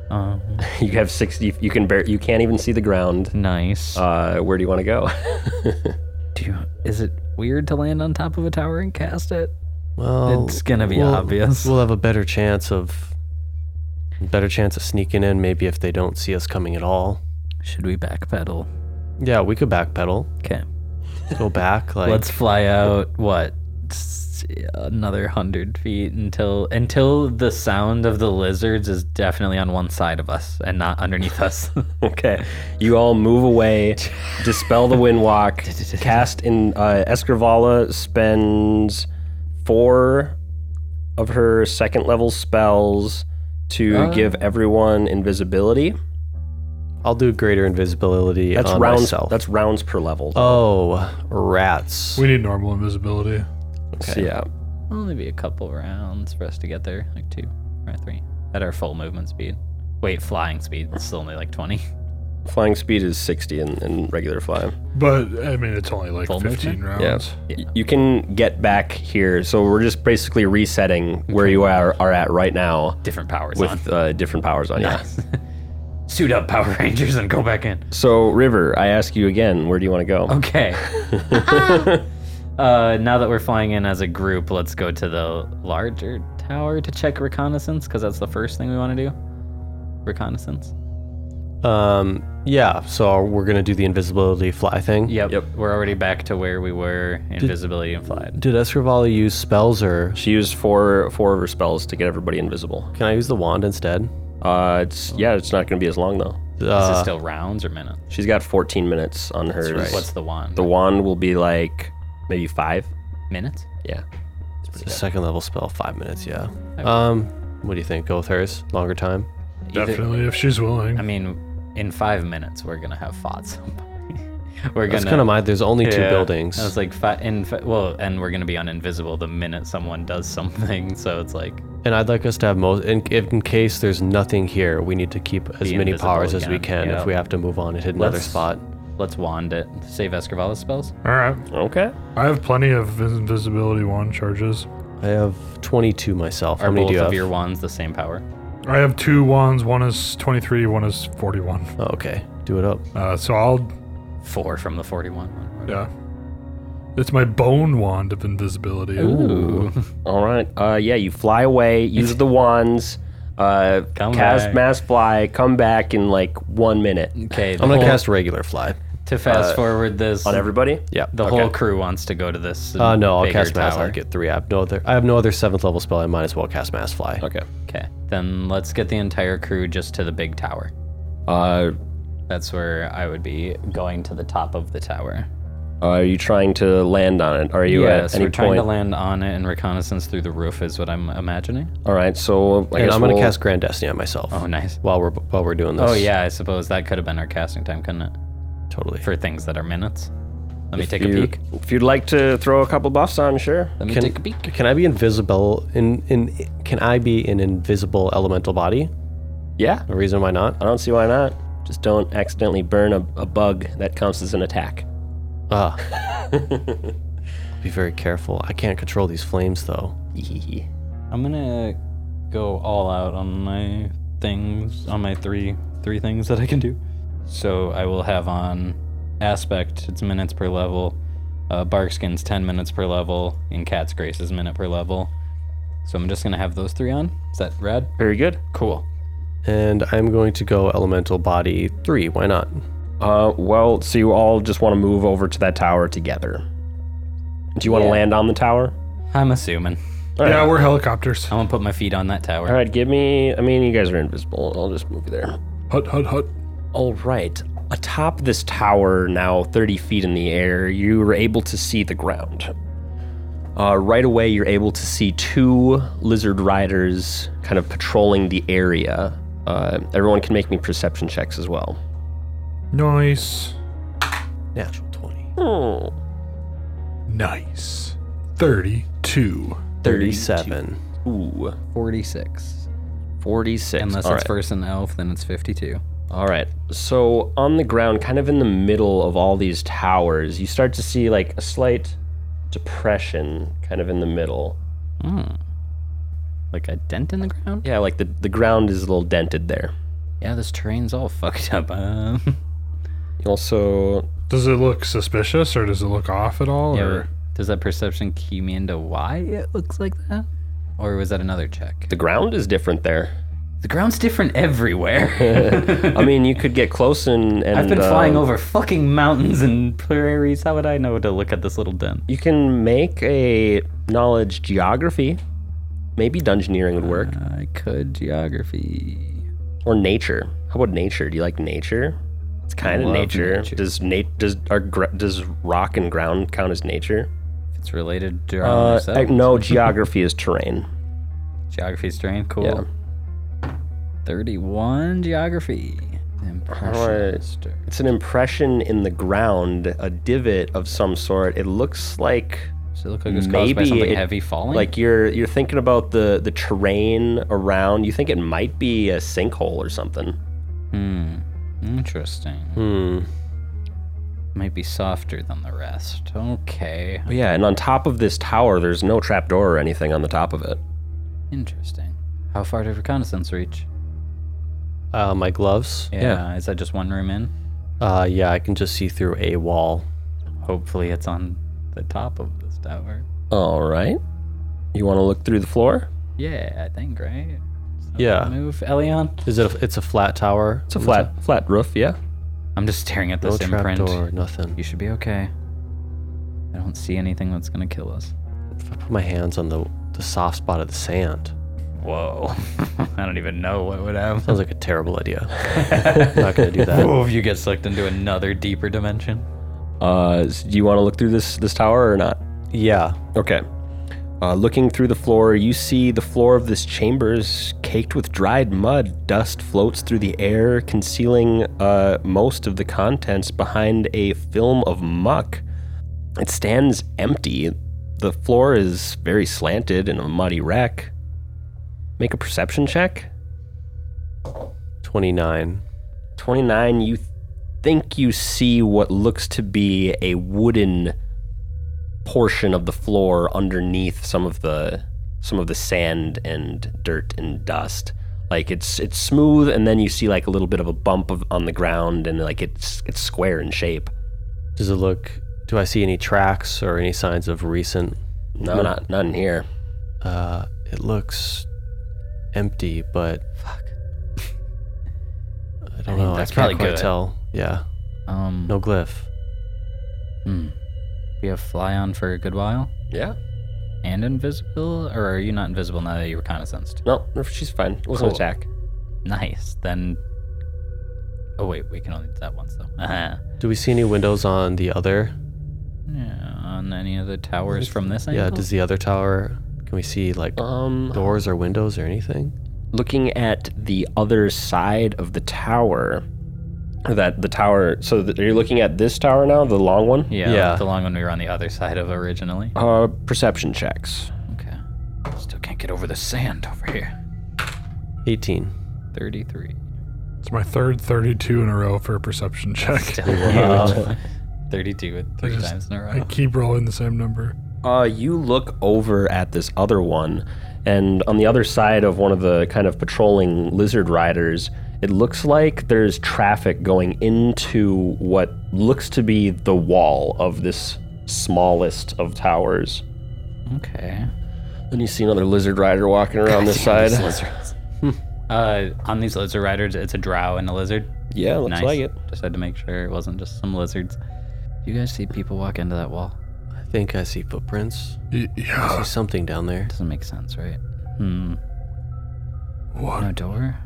Um, You have 60. You can bear. You can't even see the ground. nice. Uh, where do you want to go? Do you, is it weird to land on top of a tower and cast it? Well, It's gonna be we'll- obvious. We'll have a better chance of better chance of sneaking in maybe if they don't see us coming at all. Should we backpedal? Yeah, we could backpedal, Okay. go back like Let's fly out what s- another hundred feet until until the sound of the lizards is definitely on one side of us and not underneath us. Okay, you all move away, dispel the wind walk, cast in uh, Escrivala spends four of her second level spells to Uh. give everyone invisibility. I'll do greater invisibility That's on rounds. myself. That's rounds per level. oh, rats. We need normal invisibility. So, yeah, Only be a couple rounds for us to get there, like two or three at our full movement speed. Wait, flying speed. It's only like twenty. flying speed is sixty in, in regular fly. But, I mean, it's only like Full 15 rounds. Yes. You can get back here, so we're just basically resetting where you are are at right now Different powers on. with uh, different powers on. Yeah. Nice. Suit up, Power Rangers, and go back in. So River, I ask you again, where do you want to go? Okay. Uh, now that we're flying in as a group, let's go to the larger tower to check reconnaissance because that's the first thing we want to do. Reconnaissance. Um, yeah, so we're gonna do the invisibility fly thing. Yep. Yep. We're already back to where we were invisibility and flight. Did Escrivala use spells or She used four four of her spells to get everybody invisible. can I use the wand instead? Uh, it's yeah, it's not going to be as long though. Is Uh, this still rounds or minutes? She's got 14 minutes on hers. What's the wand? the wand will be like maybe five. minutes? Yeah. it's a second level spell, five minutes. Yeah. Um, what do you think? Go with hers. Longer time. Either- Definitely, if she's willing. I mean, in five minutes we're gonna have fought somebody. we're That's gonna. kind of my. There's only two Yeah. buildings. I was like, fi- in fi- well, and we're gonna be on invisible the minute someone does something. So it's like, And I'd like us to have most, in, if, in case there's nothing here, we need to keep as Be many invisible powers as we again, can yeah. if we have to move on and hit another Let's- spot. let's wand it. Save Escarvala's spells. All right. Okay. I have plenty of invisibility wand charges. I have 22 myself. Are How many both do you of have? your wands the same power? I have two wands. One is 23, one is 41. Oh, okay, do it up. Uh, so I'll. Four from the forty-one. one. Yeah. It's my bone wand of invisibility. Ooh. All right. Uh, yeah, you fly away, use the wands, uh, Come cast back. mass fly, come back in like one minute Okay. I'm gonna cast uh, regular fly. to fast forward this. on everybody. Yeah. the whole crew wants to go to this. Uh, no, I'll bigger cast mass. tower. I get three. I have no other. I have no other seventh level spell. I might as well cast mass fly. Okay. Okay, then let's get the entire crew just to the big tower. Uh, That's where I would be going to the top of the tower. are you trying to land on it? Are you yes, at any we're trying point? to land on it, and reconnaissance through the roof is what I'm imagining. All right. So I And guess I'm gonna we'll- cast grand destiny on myself Oh, nice. while we're while we're doing this. Oh yeah, I suppose that could have been our casting time, couldn't it? totally. For things that are minutes. Let me take if a you- peek. If you'd like to throw a couple buffs on, sure. Let me Can, take a peek. can I be invisible? In in can I be an invisible elemental body? Yeah. A reason why not? I don't see why not. Just don't accidentally burn a, a bug that counts as an attack. Ah. Be very careful. I can't control these flames though. I'm gonna go all out on my things, on my three three things that I can do. So I will have on aspect. It's minutes per level. Uh, Barkskin's ten minutes per level, and Cat's Grace is minute per level. So I'm just gonna have those three on. Is that rad? Very good. Cool. And I'm going to go elemental body three. Why not? Uh, well, so you all just want to move over to that tower together. Do you want to Yeah. land on the tower? I'm assuming. Yeah, we're helicopters. I'm gonna put my feet on that tower. All right, give me. I mean, you guys are invisible. I'll just move you there. Hut, hut, hut. All right. Atop this tower, now 30 feet in the air, you are able to see the ground. Uh, right away, you're able to see two lizard riders kind of patrolling the area. Uh, everyone can make me perception checks as well. Nice. Natural twenty. Nice. 32. Thirty-seven. Ooh, 46. 46. Unless All it's right. first an elf, then it's 52. All right. So on the ground, kind of in the middle of all these towers, you start to see like a slight depression kind of in the middle. Like a dent in the ground? Yeah, like the, the ground is a little dented there. Yeah, this terrain's all fucked up. Um, You also Does it look suspicious or does it look off at all? Yeah, or but does that perception key me into why it looks like that? Or was that another check? the ground is different there. The ground's different everywhere. I mean, you could get close and, and I've been flying uh, over fucking mountains and prairies. How would I know to look at this little dent? You can make a knowledge geography. Maybe dungeoneering would work I could geography. or nature. How about nature? Do you like nature? It's kind of love nature. nature. Does nat- does our gr- does rock and ground count as nature? If it's related to our Uh, I- ourselves. no, geography is terrain. Geography's terrain. Cool. Yeah. 31 geography. Impressionist. It's an impression in the ground, a divot of some sort. It looks like Does it look like it was caused by Maybe something it- heavy falling? like you're you're thinking about the the terrain around. You think it might be a sinkhole or something. Hmm. Interesting. Hmm. Might be softer than the rest. Okay. But yeah, and on top of this tower, there's no trapdoor or anything on the top of it. Interesting. How far did reconnaissance reach? Uh, my gloves. Yeah. Is that just one room in? Uh, yeah, I can just see through a wall. Hopefully, it's on the top of this passed out. Or... All right. You want to look through the floor? Yeah, I think right. Yeah. Move, Elion. Is it? A, it's a flat tower. It's a flat, flat roof. Yeah. I'm just staring at No this imprint. trapdoor. Nothing. You should be okay. I don't see anything that's gonna kill us. If I put my hands on the the soft spot of the sand. Whoa. I don't even know what would happen. Sounds like a terrible idea. I'm not gonna do that. Whoa, you get sucked into another deeper dimension. Uh, s- do you want to look through this this tower or not? Yeah. Okay. Uh, looking through the floor, you see the floor of this chamber is caked with dried mud. Dust floats through the air, concealing uh, most of the contents behind a film of muck. It stands empty. The floor is very slanted and a muddy wreck. Make a perception check. Twenty nine. 29, you think you see what looks to be a wooden portion of the floor underneath some of the some of the sand and dirt and dust. Like it's it's smooth and then you see like a little bit of a bump of, on the ground and like it's it's square in shape. Does it look? Do I see any tracks or any signs of recent? No, not not in here. Uh, it looks empty, but fuck. I don't know. that's I can't probably quite good. tell. Yeah. Um, hmm. No glyph. we have fly on for a good while, Yeah. and invisible, or are you not invisible now that you reconnaissanced? No, no, she's fine. It was Cool. an attack. Nice. Then. Oh wait, we can only do that once though. Uh-huh. Do we see any windows on the other? Yeah, on any of the towers from this angle? Yeah. Does the other tower? Can we see like Um doors or windows or anything? looking at the other side of the tower that the tower so that you're looking at this tower now the long one yeah, Yeah. the long one we were on the other side of originally. uh perception checks Okay. Still can't get over the sand over here. Eighteen. 33. It's my third 32 in a row for a perception check. 32 with I three just- times in a I row. keep rolling the same number. uh you look over at this other one and on the other side of one of the kind of patrolling lizard riders it looks like there's traffic going into what looks to be the wall of this smallest of towers Okay. and you see another lizard rider walking around this side Uh, on these lizard riders, it's a drow and a lizard. yeah looks Nice. like it Just had to make sure it wasn't just some lizards. You guys see people walk into that wall? I think I see footprints. Y- I Yeah. see something down there. Doesn't make sense, right? Hmm. What? No door?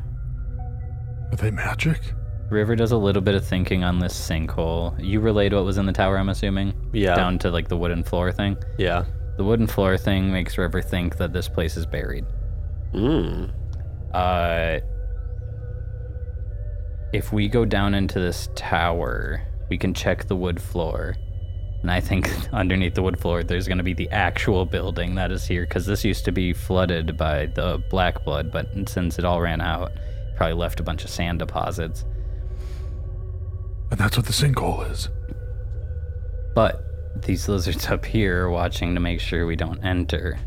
Are they magic? River does a little bit of thinking on this sinkhole. You relayed what was in the tower, I'm assuming? Yeah. Down to like the wooden floor thing. Yeah. The wooden floor thing makes River think that this place is buried. mm. Uh, if we go down into this tower, we can check the wood floor. And I think underneath the wood floor, there's going to be the actual building that is here because this used to be flooded by the black blood, but since it all ran out, probably left a bunch of sand deposits. And that's what the sinkhole is. But these lizards up here are watching to make sure we don't enter.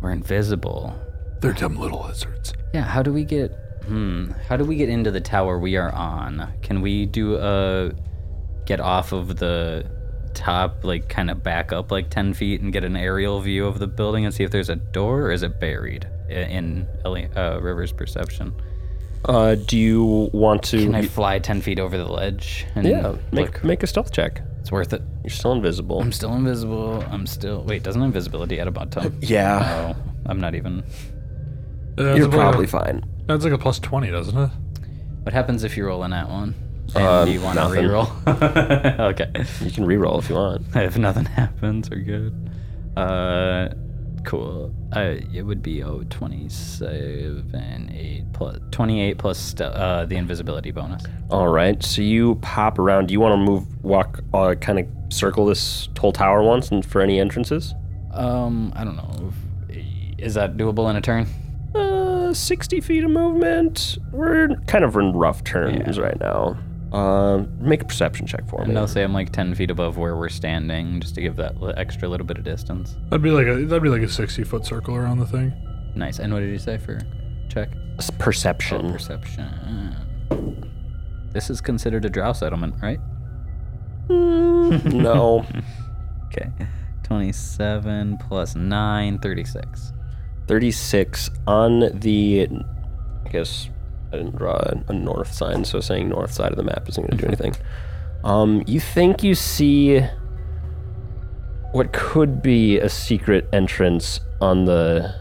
We're invisible. They're dumb little lizards. Yeah, how do we get hmm, how do we get into the tower we are on? Can we do a get off of the top like kind of back up like 10 feet and get an aerial view of the building and see if there's a door or is it buried i- in Eli- uh, river's perception Uh, do you want to? can i fly 10 feet over the ledge and yeah, make look? make a stealth check. it's worth it You're still invisible. i'm still invisible i'm still wait doesn't invisibility add a bottom Yeah, oh i'm not even That's you're like a- probably fine. That's like a plus 20, doesn't it? what happens if you roll in that one and Um, you want to nothing. reroll okay You can reroll if you want. if nothing happens, we're good. Uh, cool. Uh, it would be oh, 27, 8 plus 28 plus stu- uh, the invisibility bonus. All right, so you pop around. Do you want to move, walk, uh, kind of circle this whole tower once, and for any entrances? Um, I don't know. if- Is that doable in a turn? Uh, 60 feet of movement. We're kind of in rough terms right now. Uh, make a perception check for me. And I'll say I'm like 10 feet above where we're standing just to give that li- extra little bit of distance. That'd be like a that'd be like a 60 foot circle around the thing. Nice. And what did you say for check? S- Perception. Perception. This is considered a drow settlement, right? Hmm, no. Okay. 27 plus 9, 36. 36 on the i guess i didn't draw a, a north sign so saying north side of the map isn't going to do anything um, you think you see what could be a secret entrance on the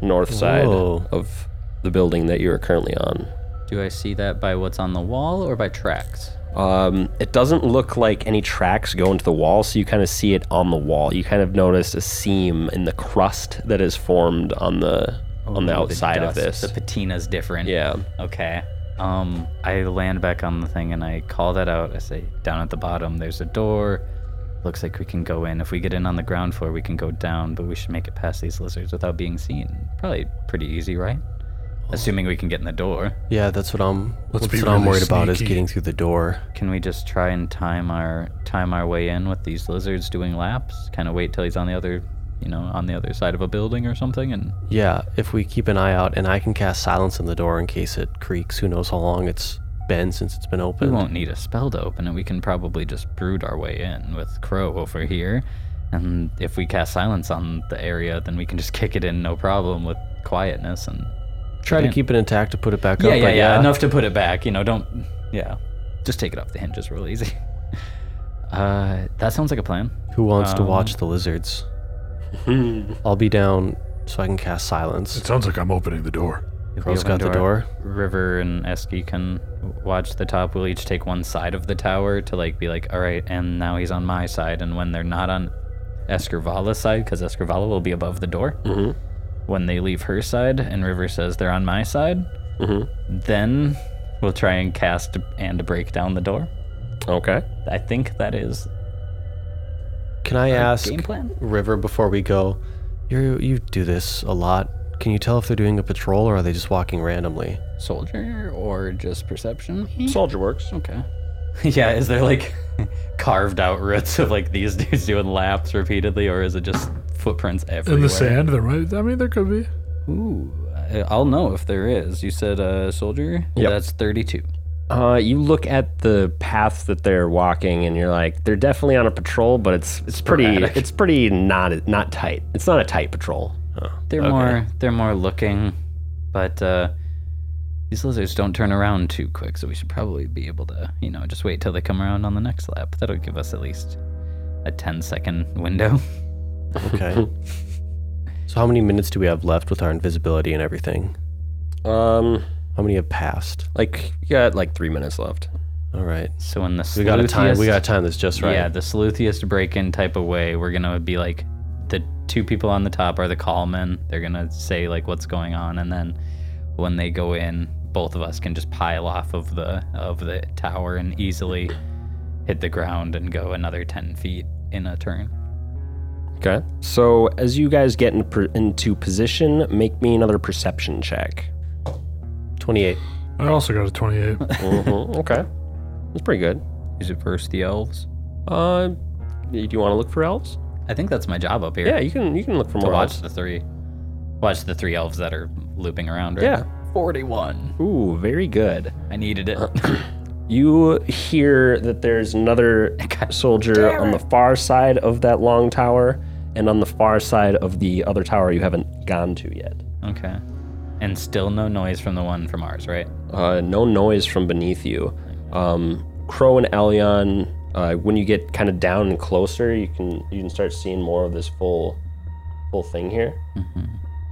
north side Whoa. of the building that you're currently on Do I see that by what's on the wall or by tracks? um, it doesn't look like any tracks go into the wall so you kind of see it on the wall you kind of notice a seam in the crust that is formed on the on the Ooh, outside of Oh, this dust, The patina's different. yeah Okay. Um, I land back on the thing and I call that out. I say, down at the bottom, there's a door. Looks like we can go in. If we get in on the ground floor, we can go down, but we should make it past these lizards without being seen. Probably pretty easy, right? Assuming we can get in the door. Yeah, that's what I'm. Let's that's be what I'm really worried about is sneaky. getting through the door. Can we just try and time our time our way in with these lizards doing laps? Kind of wait till he's on the other, you know, on the other side of a building or something, and Yeah, if we keep an eye out, and I can cast silence on the door in case it creaks. Who knows how long it's been since it's been we open? won't need a spell to open it. We can probably just brood our way in with Crow over here, and if we cast silence on the area, then we can just kick it in no problem with quietness and Try to Yeah. keep it intact to put it back yeah, up. yeah, but yeah, enough to put it back. You know, don't yeah, just take it off the hinges real easy. Uh, that sounds like a plan. Who wants to Um, watch the lizards? I'll be down so I can cast silence. It sounds like I'm opening the door. If we Crow's open got the door. River and Eski can w- watch the top. We'll each take one side of the tower to like be like, all right, and now he's on my side. And when they're not on Escarvala's side, because Escarvala will be above the door, when they leave her side and River says they're on my side, then we'll try and cast and break down the door. okay I think that is Can I ask game plan? River before we go? You you do this a lot. Can you tell if they're doing a patrol or are they just walking randomly? soldier or just perception. soldier works Okay. Yeah, is there like carved out roots of like these dudes doing laps repeatedly, or is it just footprints everywhere? In the sand, there might. I mean, there could be. Ooh, I- I'll know if there is. You said uh, soldier. Yeah, that's thirty-two. Uh, you look at the path that they're walking, and you're like, they're definitely on a patrol, but it's it's pretty Sporadic. it's pretty not not tight. It's not a tight patrol. They're more they're more looking, but uh, these lizards don't turn around too quick, so we should probably be able to you know just wait till they come around on the next lap. That'll give us at least a 10-second window. Okay. so how many minutes do we have left with our invisibility and everything? Um, How many have passed? like you got like three minutes left. All right. So in the We got a time. We sleuthiest- got a time that's just right. Yeah, the sleuthiest break in type of way. We're gonna be like the two people on the top are the call men. They're gonna say like what's going on and then when they go in, both of us can just pile off of the of the tower and easily hit the ground and go another ten feet in a turn. Okay. So as you guys get in, per, into position, make me another perception check. 28. I also got a 28. Mhm, okay, that's pretty good. Is it versus the elves? Uh, do you want to look for elves? I think that's my job up here. Yeah, you can you can look for to more watch elves. the three watch the three elves that are looping around, right? Yeah. Forty one. Ooh, very good. I needed it. You hear that there's another soldier on the far side of that long tower, and on the far side of the other tower you haven't gone to yet. Okay. And still no noise from the one from ours, right? Uh, no noise from beneath you. Um, Crow and Elion, uh, when you get kind of down and closer, you can you can start seeing more of this full full thing here.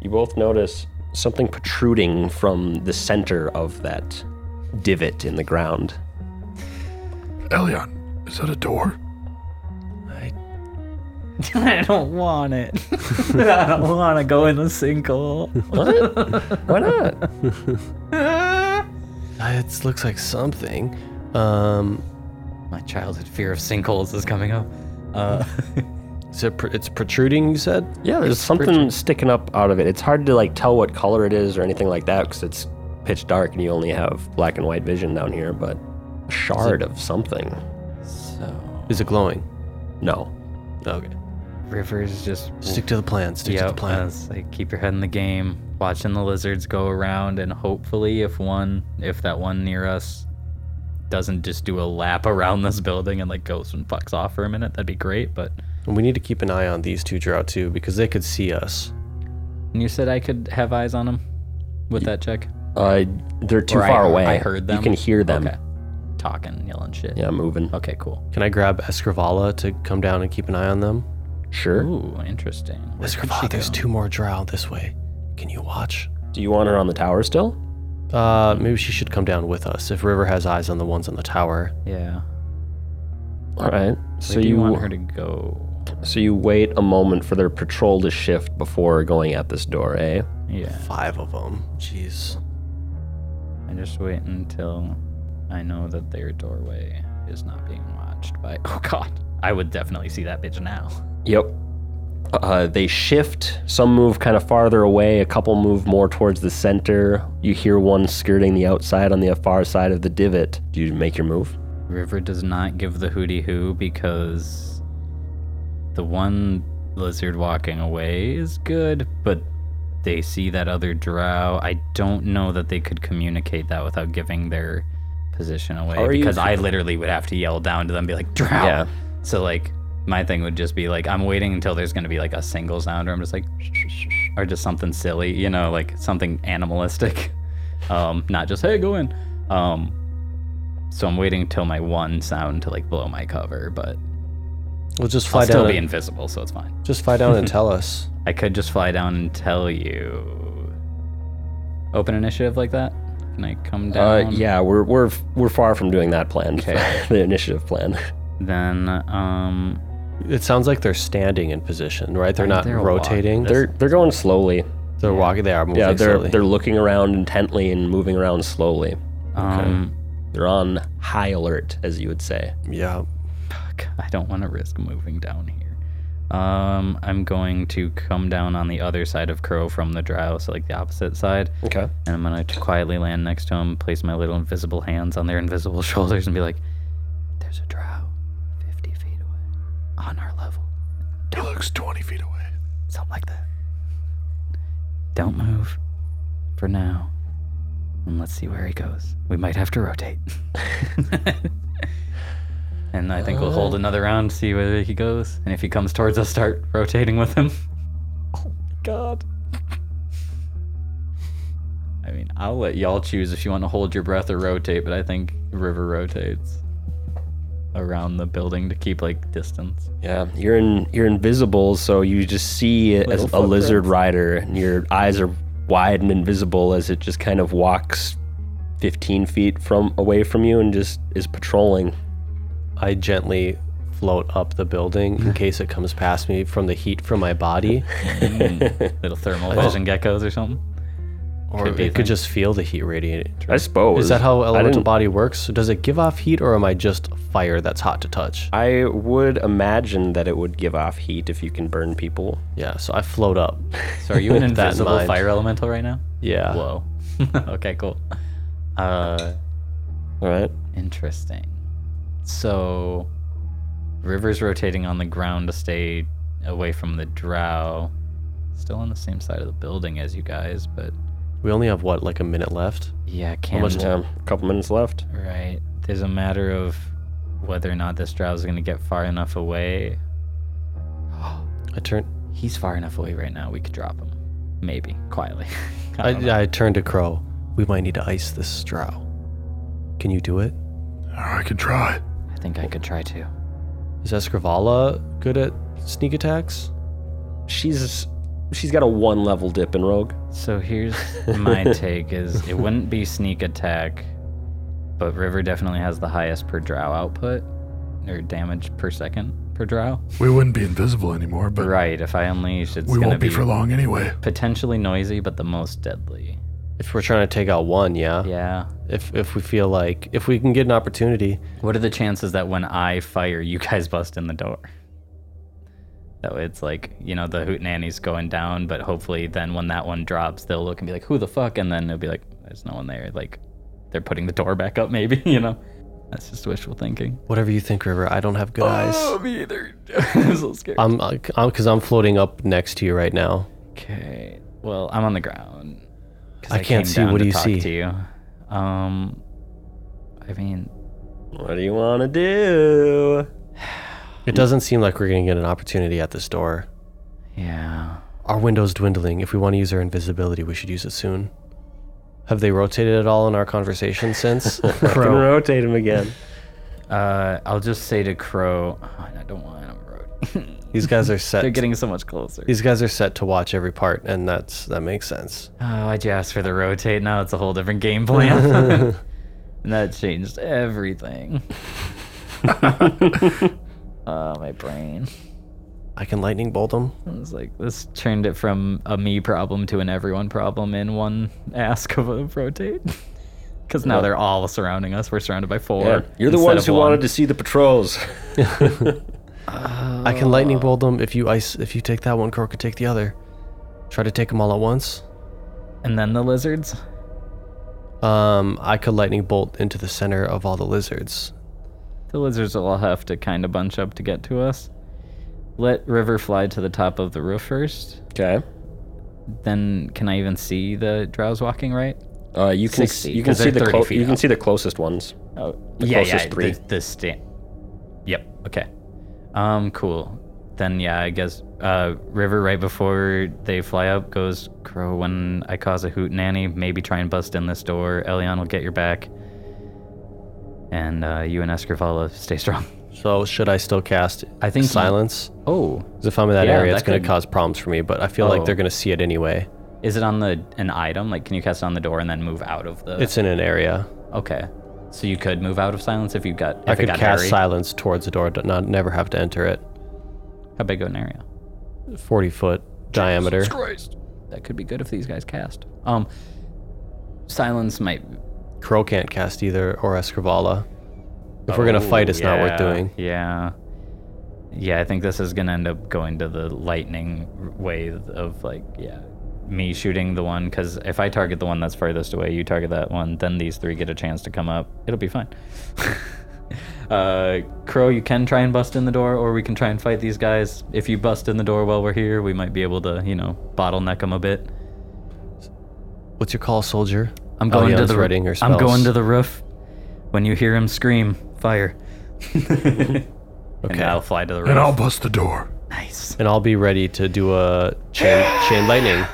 You both notice something protruding from the center of that divot in the ground. Elion, is that a door? I don't want it. I don't want to go in the sinkhole. Why not? Uh, It looks like something. Um, My childhood fear of sinkholes is coming up. Uh, is it pr- it's protruding, you said? Yeah, there's something sticking up out of it. It's hard to like tell what color it is or anything like that because it's pitch dark and you only have black and white vision down here. But a shard of something. so Is it glowing? No. Okay. Mm. Rivers just Stick to the plan. Stick to yeah. the plan. Like keep your head in the game, watching the lizards go around, and hopefully, if one, if that one near us doesn't just do a lap around this building and like goes and fucks off for a minute, that'd be great. But And we need to keep an eye on these two drow too because they could see us. And you said I could have eyes on him with that check? Uh, they're too Or I- far away. I heard them? You can hear them. Okay. Talking, yelling shit. Yeah, moving. Okay, cool. Can I grab Escrivala to come down and keep an eye on them? Sure. Ooh, interesting. Where could she Escrivala, there's go? two more drow this way. Can you watch? Do you want her on the tower still? Uh, maybe she should come down with us if River has eyes on the ones on the tower. Yeah. All right. So So you, you want her to go? so you wait a moment for their patrol to shift before going at this door, eh? Yeah. Five of them. Jeez. I just wait until I know that their doorway is not being watched by. Oh God, I would definitely see that bitch now. Yep. Uh, they shift. Some move kind of farther away. A couple move more towards the center. You hear one skirting the outside on the far side of the divot. Do you make your move? River does not give the hooty hoo because the one lizard walking away is good, but they see that other drow. I don't know that they could communicate that without giving their position away Are you- because I literally would have to yell down to them, be like, drow. Yeah. So, like, my thing would just be like, I'm waiting until there's going to be like a single sound, or I'm just like, or just something silly, you know, like something animalistic. Um, not just, hey, go in. Um, so I'm waiting till my one sound to like blow my cover, but We'll just fly I'll still down. be and, invisible, so it's fine. Just fly down and tell us. I could just fly down and tell you. Open initiative like that? Can I come down? Uh, yeah, we're we're we're far from doing that plan. Okay. the initiative plan. Then, um, It sounds like they're standing in position, right? They're Aren't not they a lot? rotating. They're they're going slowly. they're walking. They are moving Yeah, they're slowly. they're looking around intently and moving around slowly. um, They're on high alert, as you would say. yeah. fuck, I don't want to risk moving down here. Um, I'm going to come down on the other side of Crow from the drow, so like the opposite side. Okay. and I'm gonna quietly land next to him, place my little invisible hands on their invisible shoulders, and be like, "There's a drow, 50 feet away, on our level, He looks 20 feet away. something like that. Don't move, for now, and let's see where he goes. We might have to rotate." and I think we'll hold another round, see where he goes, and if he comes towards us, start rotating with him. God. I mean, I'll let y'all choose if you want to hold your breath or rotate, but I think River rotates around the building to keep like distance. Yeah, you're in you're invisible, so you just see it as a lizard rider, and your eyes are wide and invisible as it just kind of walks 15 feet from away from you and just is patrolling. I gently float up the building in case it comes past me from the heat from my body, Little thermal vision geckos or something. or Could be a it thing. could just feel the heat radiating. I suppose. Is that how I elemental didn't- body works? Does it give off heat, or am I just fire that's hot to touch? I would imagine that it would give off heat if you can burn people. Yeah, so I float up. So are you an With that in invisible mind. fire elemental right now? Yeah. Whoa. okay, cool. Uh, All right. interesting. So, River's rotating on the ground to stay away from the drow. Still on the same side of the building as you guys, but We only have what, like a minute left? yeah, How can much time? um, A couple minutes left. Right. There's a matter of whether or not this drow is going to get far enough away. I turn. He's far enough away right now. We could drop him. Maybe. Quietly. I don't know. I, I turn to Crow. We might need to ice this drow. Can you do it? Oh, I can try. I think I could try to. Is Escrivala good at sneak attacks? She's she's got a one level dip in rogue. So here's my take is it wouldn't be sneak attack, but River definitely has the highest per drow output or damage per second per drow. We wouldn't be invisible anymore, but Right. If I unleash, it's we going to won't be be for long anyway. potentially noisy, but the most deadly. If we're trying to take out one, yeah. Yeah. If if we feel like if we can get an opportunity, What are the chances that when I fire, you guys bust in the door? That way it's like, you know, the hoot nanny's going down, but hopefully then when that one drops, they'll look and be like, who the fuck? And then it'll be like, there's no one there. Like, they're putting the door back up, maybe, you know? That's just wishful thinking. whatever you think, River. I don't have Oh, good eyes. Oh, me either. I'm so scared. I'm because I'm floating up next to you right now. Okay. Well, I'm on the ground. 'cause I came can't see. down What to do you talk see? To you. Um, I mean, What do you want to do? It doesn't seem like we're going to get an opportunity at this door. Yeah. Our window's dwindling. If we want to use our invisibility, we should use it soon. Have they rotated at all in our conversation since? Can rotate him again. Uh, I'll just say to Crow, "Oh, I don't want him road. These guys are They're set. getting so much closer. these guys are set to watch every part, and that's that makes sense. Oh, I just asked for the rotate. Now it's a whole different game plan. and that changed everything. oh, my brain. I can lightning bolt them. It's like this turned it from a me problem to an everyone problem in one ask of a rotate. Because now they're all surrounding us. We're surrounded by four. Yeah, you're the instead ones of who one. wanted to see the patrols. I can Uh. lightning bolt them if you ice. If you take that one, Crow can take the other. Try to take them all at once. And then the lizards. Um, I could lightning bolt into the center of all the lizards. The lizards will all have to kind of bunch up to get to us. Let River fly to the top of the roof first. Okay. Then can I even see the drows walking right? Uh, you can 60, you can 'cause see they're the 30 clo- feet you can up. see the closest ones. Oh, the yeah, closest yeah, three. The, the stand. Yep. Okay. Um. Cool. Then yeah, I guess uh, River right before they fly up goes crow. When I cause a hoot nanny, maybe try and bust in this door. Elion will get your back, and uh, you and Escarvala stay strong. So should I still cast? I think you- silence. Oh, 'Cause if I'm in that Yeah, area, it's that going could- to cause problems for me. But I feel Oh. like they're going to see it anyway. is it on the an item? Like, can you cast it on the door and then move out of the? It's in an area. okay. So you could move out of silence if you got. If I it could got cast hairy. silence towards the door, d- not never have to enter it. How big of an area? Forty foot diameter. That could be good if these guys cast. Um, silence might. Crow can't cast either, or Escrivala. If we're gonna fight, it's not worth doing. Oh, Yeah, yeah. I think this is gonna end up going to the lightning r- way of like, yeah, me shooting the one because if I target the one that's farthest away, you target that one, then these three get a chance to come up. It'll be fine. uh, Crow, you can try and bust in the door, or we can try and fight these guys. If you bust in the door while we're here, we might be able to, you know, bottleneck them a bit. What's your call, soldier? I'm going to Elion's the readying her I'm going spells. to the roof. When you hear him scream, fire. okay. And I'll fly to the roof. And I'll bust the door. nice. and I'll be ready to do a chain chain lightning.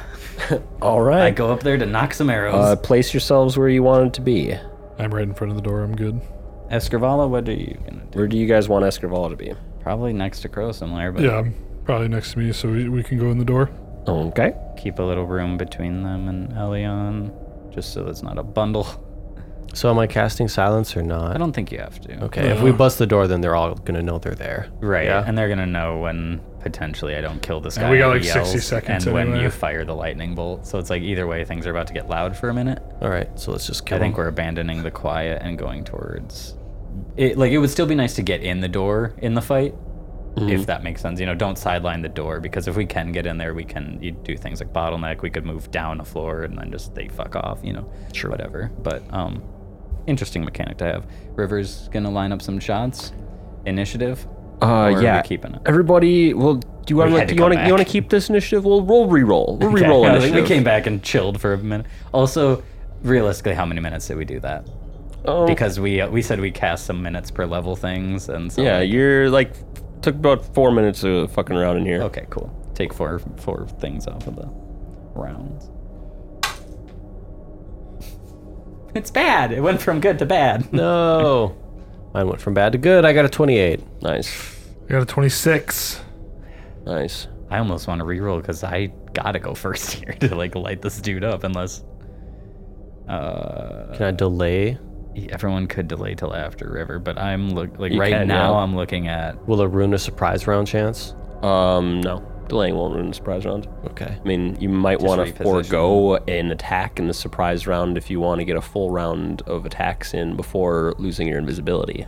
All I right. go up there to knock some Uh, arrows. place yourselves where you want it to be. I'm right in front of the door. I'm good. Escrivala, what are you gonna do? Where do you guys want Escrivala to be? Probably next to Crow somewhere, but Yeah, I'm probably next to me, so we, we can go in the door. Okay. keep a little room between them and Elion, just so it's not a bundle. So am I casting silence or I not? don't think you have to. Okay. If we bust the door, then they're all gonna know they're there. Right, Yeah. and they're gonna know when potentially I don't kill this guy. we got, who like, 60 yells seconds And when anyway. you fire the lightning bolt, so it's like either way, things are about to get loud for a minute. All right. So let's just kill I think 'em. we're abandoning the quiet and going towards it. Like it would still be nice to get in the door in the fight, Mm-hmm. if that makes sense. You know, don't sideline the door because if we can get in there, we can you do things like bottleneck. We could move down a floor and then just they fuck off. You know, sure, whatever. But um, interesting mechanic to have. River's gonna line up some shots. Initiative. Uh, Or are we yeah. keeping it? Everybody, well, do you want We to had to you come want to you back. want to keep this initiative? We'll roll re-roll. We'll Okay, re-roll I was like, initiative. we came back and chilled for a minute. Also, realistically, how many minutes did we do that? Oh, Because we uh, we said we cast some minutes per level things, and so yeah, you're like took about four minutes of fucking around in here. Okay, cool. Take four four things off of the rounds. It's bad. It went from good to bad. No. Mine went from bad to good. I got a 28. Nice, I got a 26. nice. I almost want to reroll because I gotta go first here to like light this dude up, unless uh Can I delay? everyone could delay till after River. But I'm look like You right can, now yeah. I'm looking at Will it ruin a surprise round chance? Um, no, delaying won't ruin the surprise round. Okay. I mean, you might want to reposition forego an attack in the surprise round if you want to get a full round of attacks in before losing your invisibility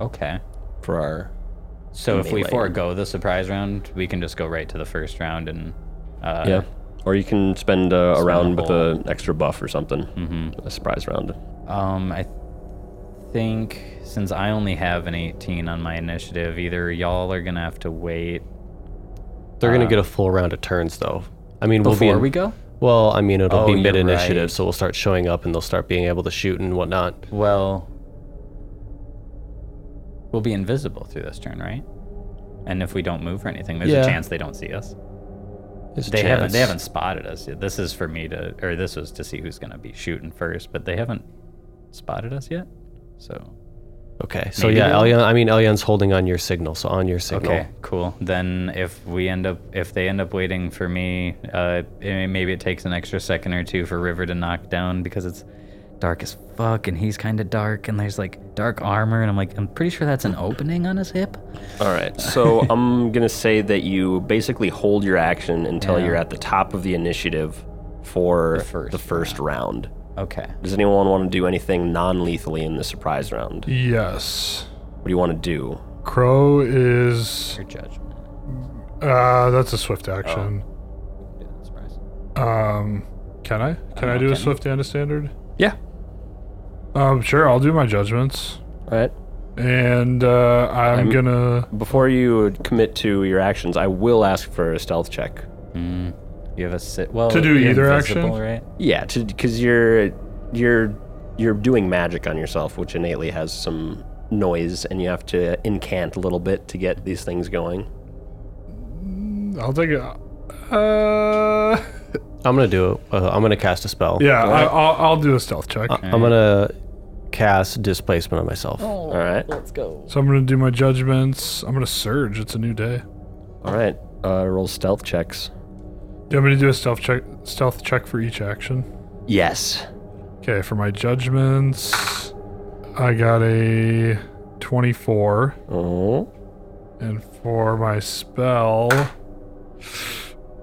okay. for our. So if we Melee. forego the surprise round, we can just go right to the first round and uh, yeah. Or you can spend uh, a round with whole- an extra buff or something. Mm-hmm. A surprise round. Um, I think since I only have an 18 on my initiative, either y'all are gonna have to wait They're gonna get a full round of turns though. I mean, we'll be Uh, before in- we go. Well, I mean, it'll Oh, be you're mid initiative, right. so we'll start showing up and they'll start being able to shoot and whatnot. Well, We'll be invisible through this turn, right? And if we don't move or anything, there's Yeah. a chance they don't see us. There's a They haven't. They chance. haven't spotted us yet. This is for me to, or this was to see who's gonna be shooting first. But they haven't spotted us yet. So Okay. So Maybe yeah, they will. Elion. I mean, Elion's holding on your signal. So on your signal. Okay, cool. Then if we end up, if they end up waiting for me, uh, eh, maybe it takes an extra second or two for River to knock down because it's dark as fuck and he's kind of dark and there's like dark armor and I'm like, I'm pretty sure that's an opening on his hip. All right. So I'm going to say that you basically hold your action until Yeah. you're at the top of the initiative for the first first, round. Okay. Does anyone want to do anything non lethally in the surprise round? Yes. What do you want to do? Crow is. Your judgment. Uh, that's a swift action. Oh. Yeah, surprise. Um, can I? Can I, know, do a can- swift and a standard? Yeah. Um, sure. I'll do my judgments, All right. and uh, I'm, I'm- gonna. Before you commit to your actions, I will ask for a stealth check. Mm, you have a sit. Well, To do you're either invisible, action? right? Yeah, because you're you're you're doing magic on yourself, which innately has some noise, and you have to incant a little bit to get these things going. I'll take it. Uh, I'm gonna do. Uh, I'm gonna cast a spell. yeah. I, I'll, I'll do a stealth check. I'm gonna cast displacement on myself. Oh. All right. So I'm gonna do my judgments. I'm gonna surge. It's a new day. All right. Uh, roll stealth checks. Do you want me to do a stealth check? Stealth check for each action. Yes. Okay, for my judgments, I got a 24. Oh. And for my spell,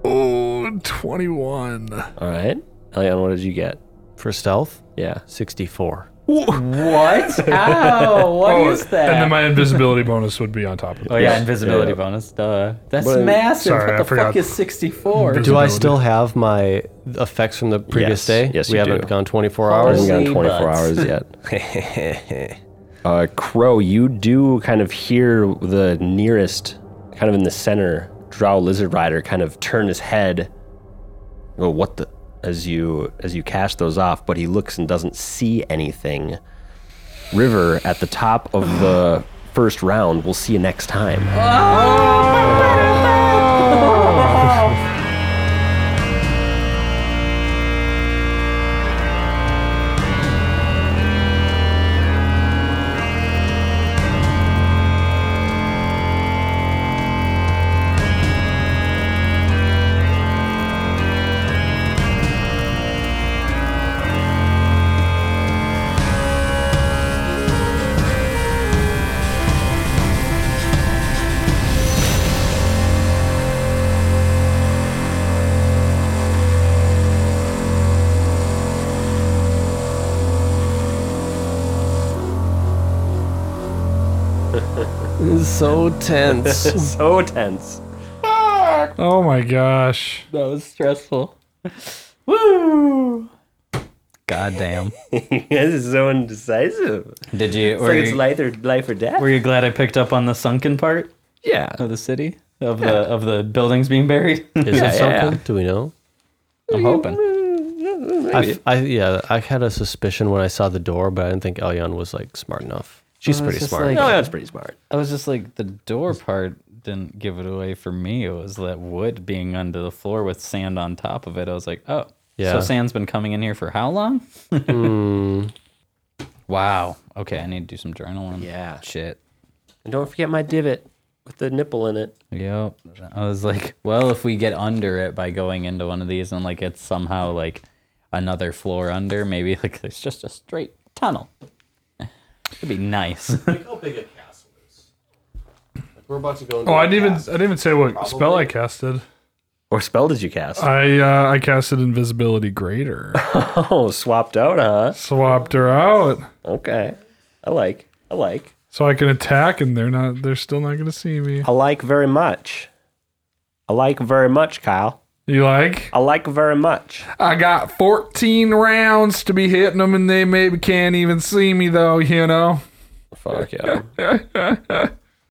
oh, 21. All right. Elion, what did you get? For stealth, Yeah. 64. What? Ow! What is oh, that? And then my invisibility bonus would be on top of oh it. yeah, invisibility bonus. Duh. That's But- massive. Sorry, I what the forgot. fuck is 64? Do I Invisibility. still have my effects from the previous Yes. day? Yes, we you haven't do. gone 24 I hours. haven't gotten Holy 24 butts. hours yet. uh, Crow, you do kind of hear the nearest, kind of in the center, Drow Lizard Rider kind of turn his head. Well, what the? As you as you cast those off, but he looks and doesn't see anything. River at the top of the first round. We'll see you next time. So tense. so tense. Oh my gosh. That was stressful. Woo! Goddamn. you guys are so indecisive. Did you It's were, like it's you life or life or death. were you glad I picked up on the sunken part Yeah. of the city of the of the buildings being buried? Is it something? yeah, Do we know? I'm hoping. I, f- I- yeah, I had a suspicion when I saw the door, but I didn't think Elion was like smart enough. She's Well, Oh, it's pretty just smart. like- No, that's pretty smart. I was just like the door part didn't give it away for me. It was that wood being under the floor with sand on top of it. I was like, oh, Yeah. So sand's been coming in here for how long? Hmm. Wow. Okay, I need to do some journaling. Yeah. Shit. And don't forget my divot with the nipple in it. Yep. I was like, well, if we get under it by going into one of these and like it's somehow like another floor under, maybe like there's just a straight tunnel. It'd be nice. how big a castle is. we're about to go. Oh, I didn't even I didn't even say what spell I casted. Or spell did you cast? I uh, I casted invisibility greater. oh, swapped out, huh? Swapped her out. Okay. I like. I like. So I can attack and they're not they're still not gonna see me. I like very much. I like very much, Kyle. You like? I like very much. I got 14 rounds to be hitting them, and they maybe can't even see me, though, you know? Fuck yeah.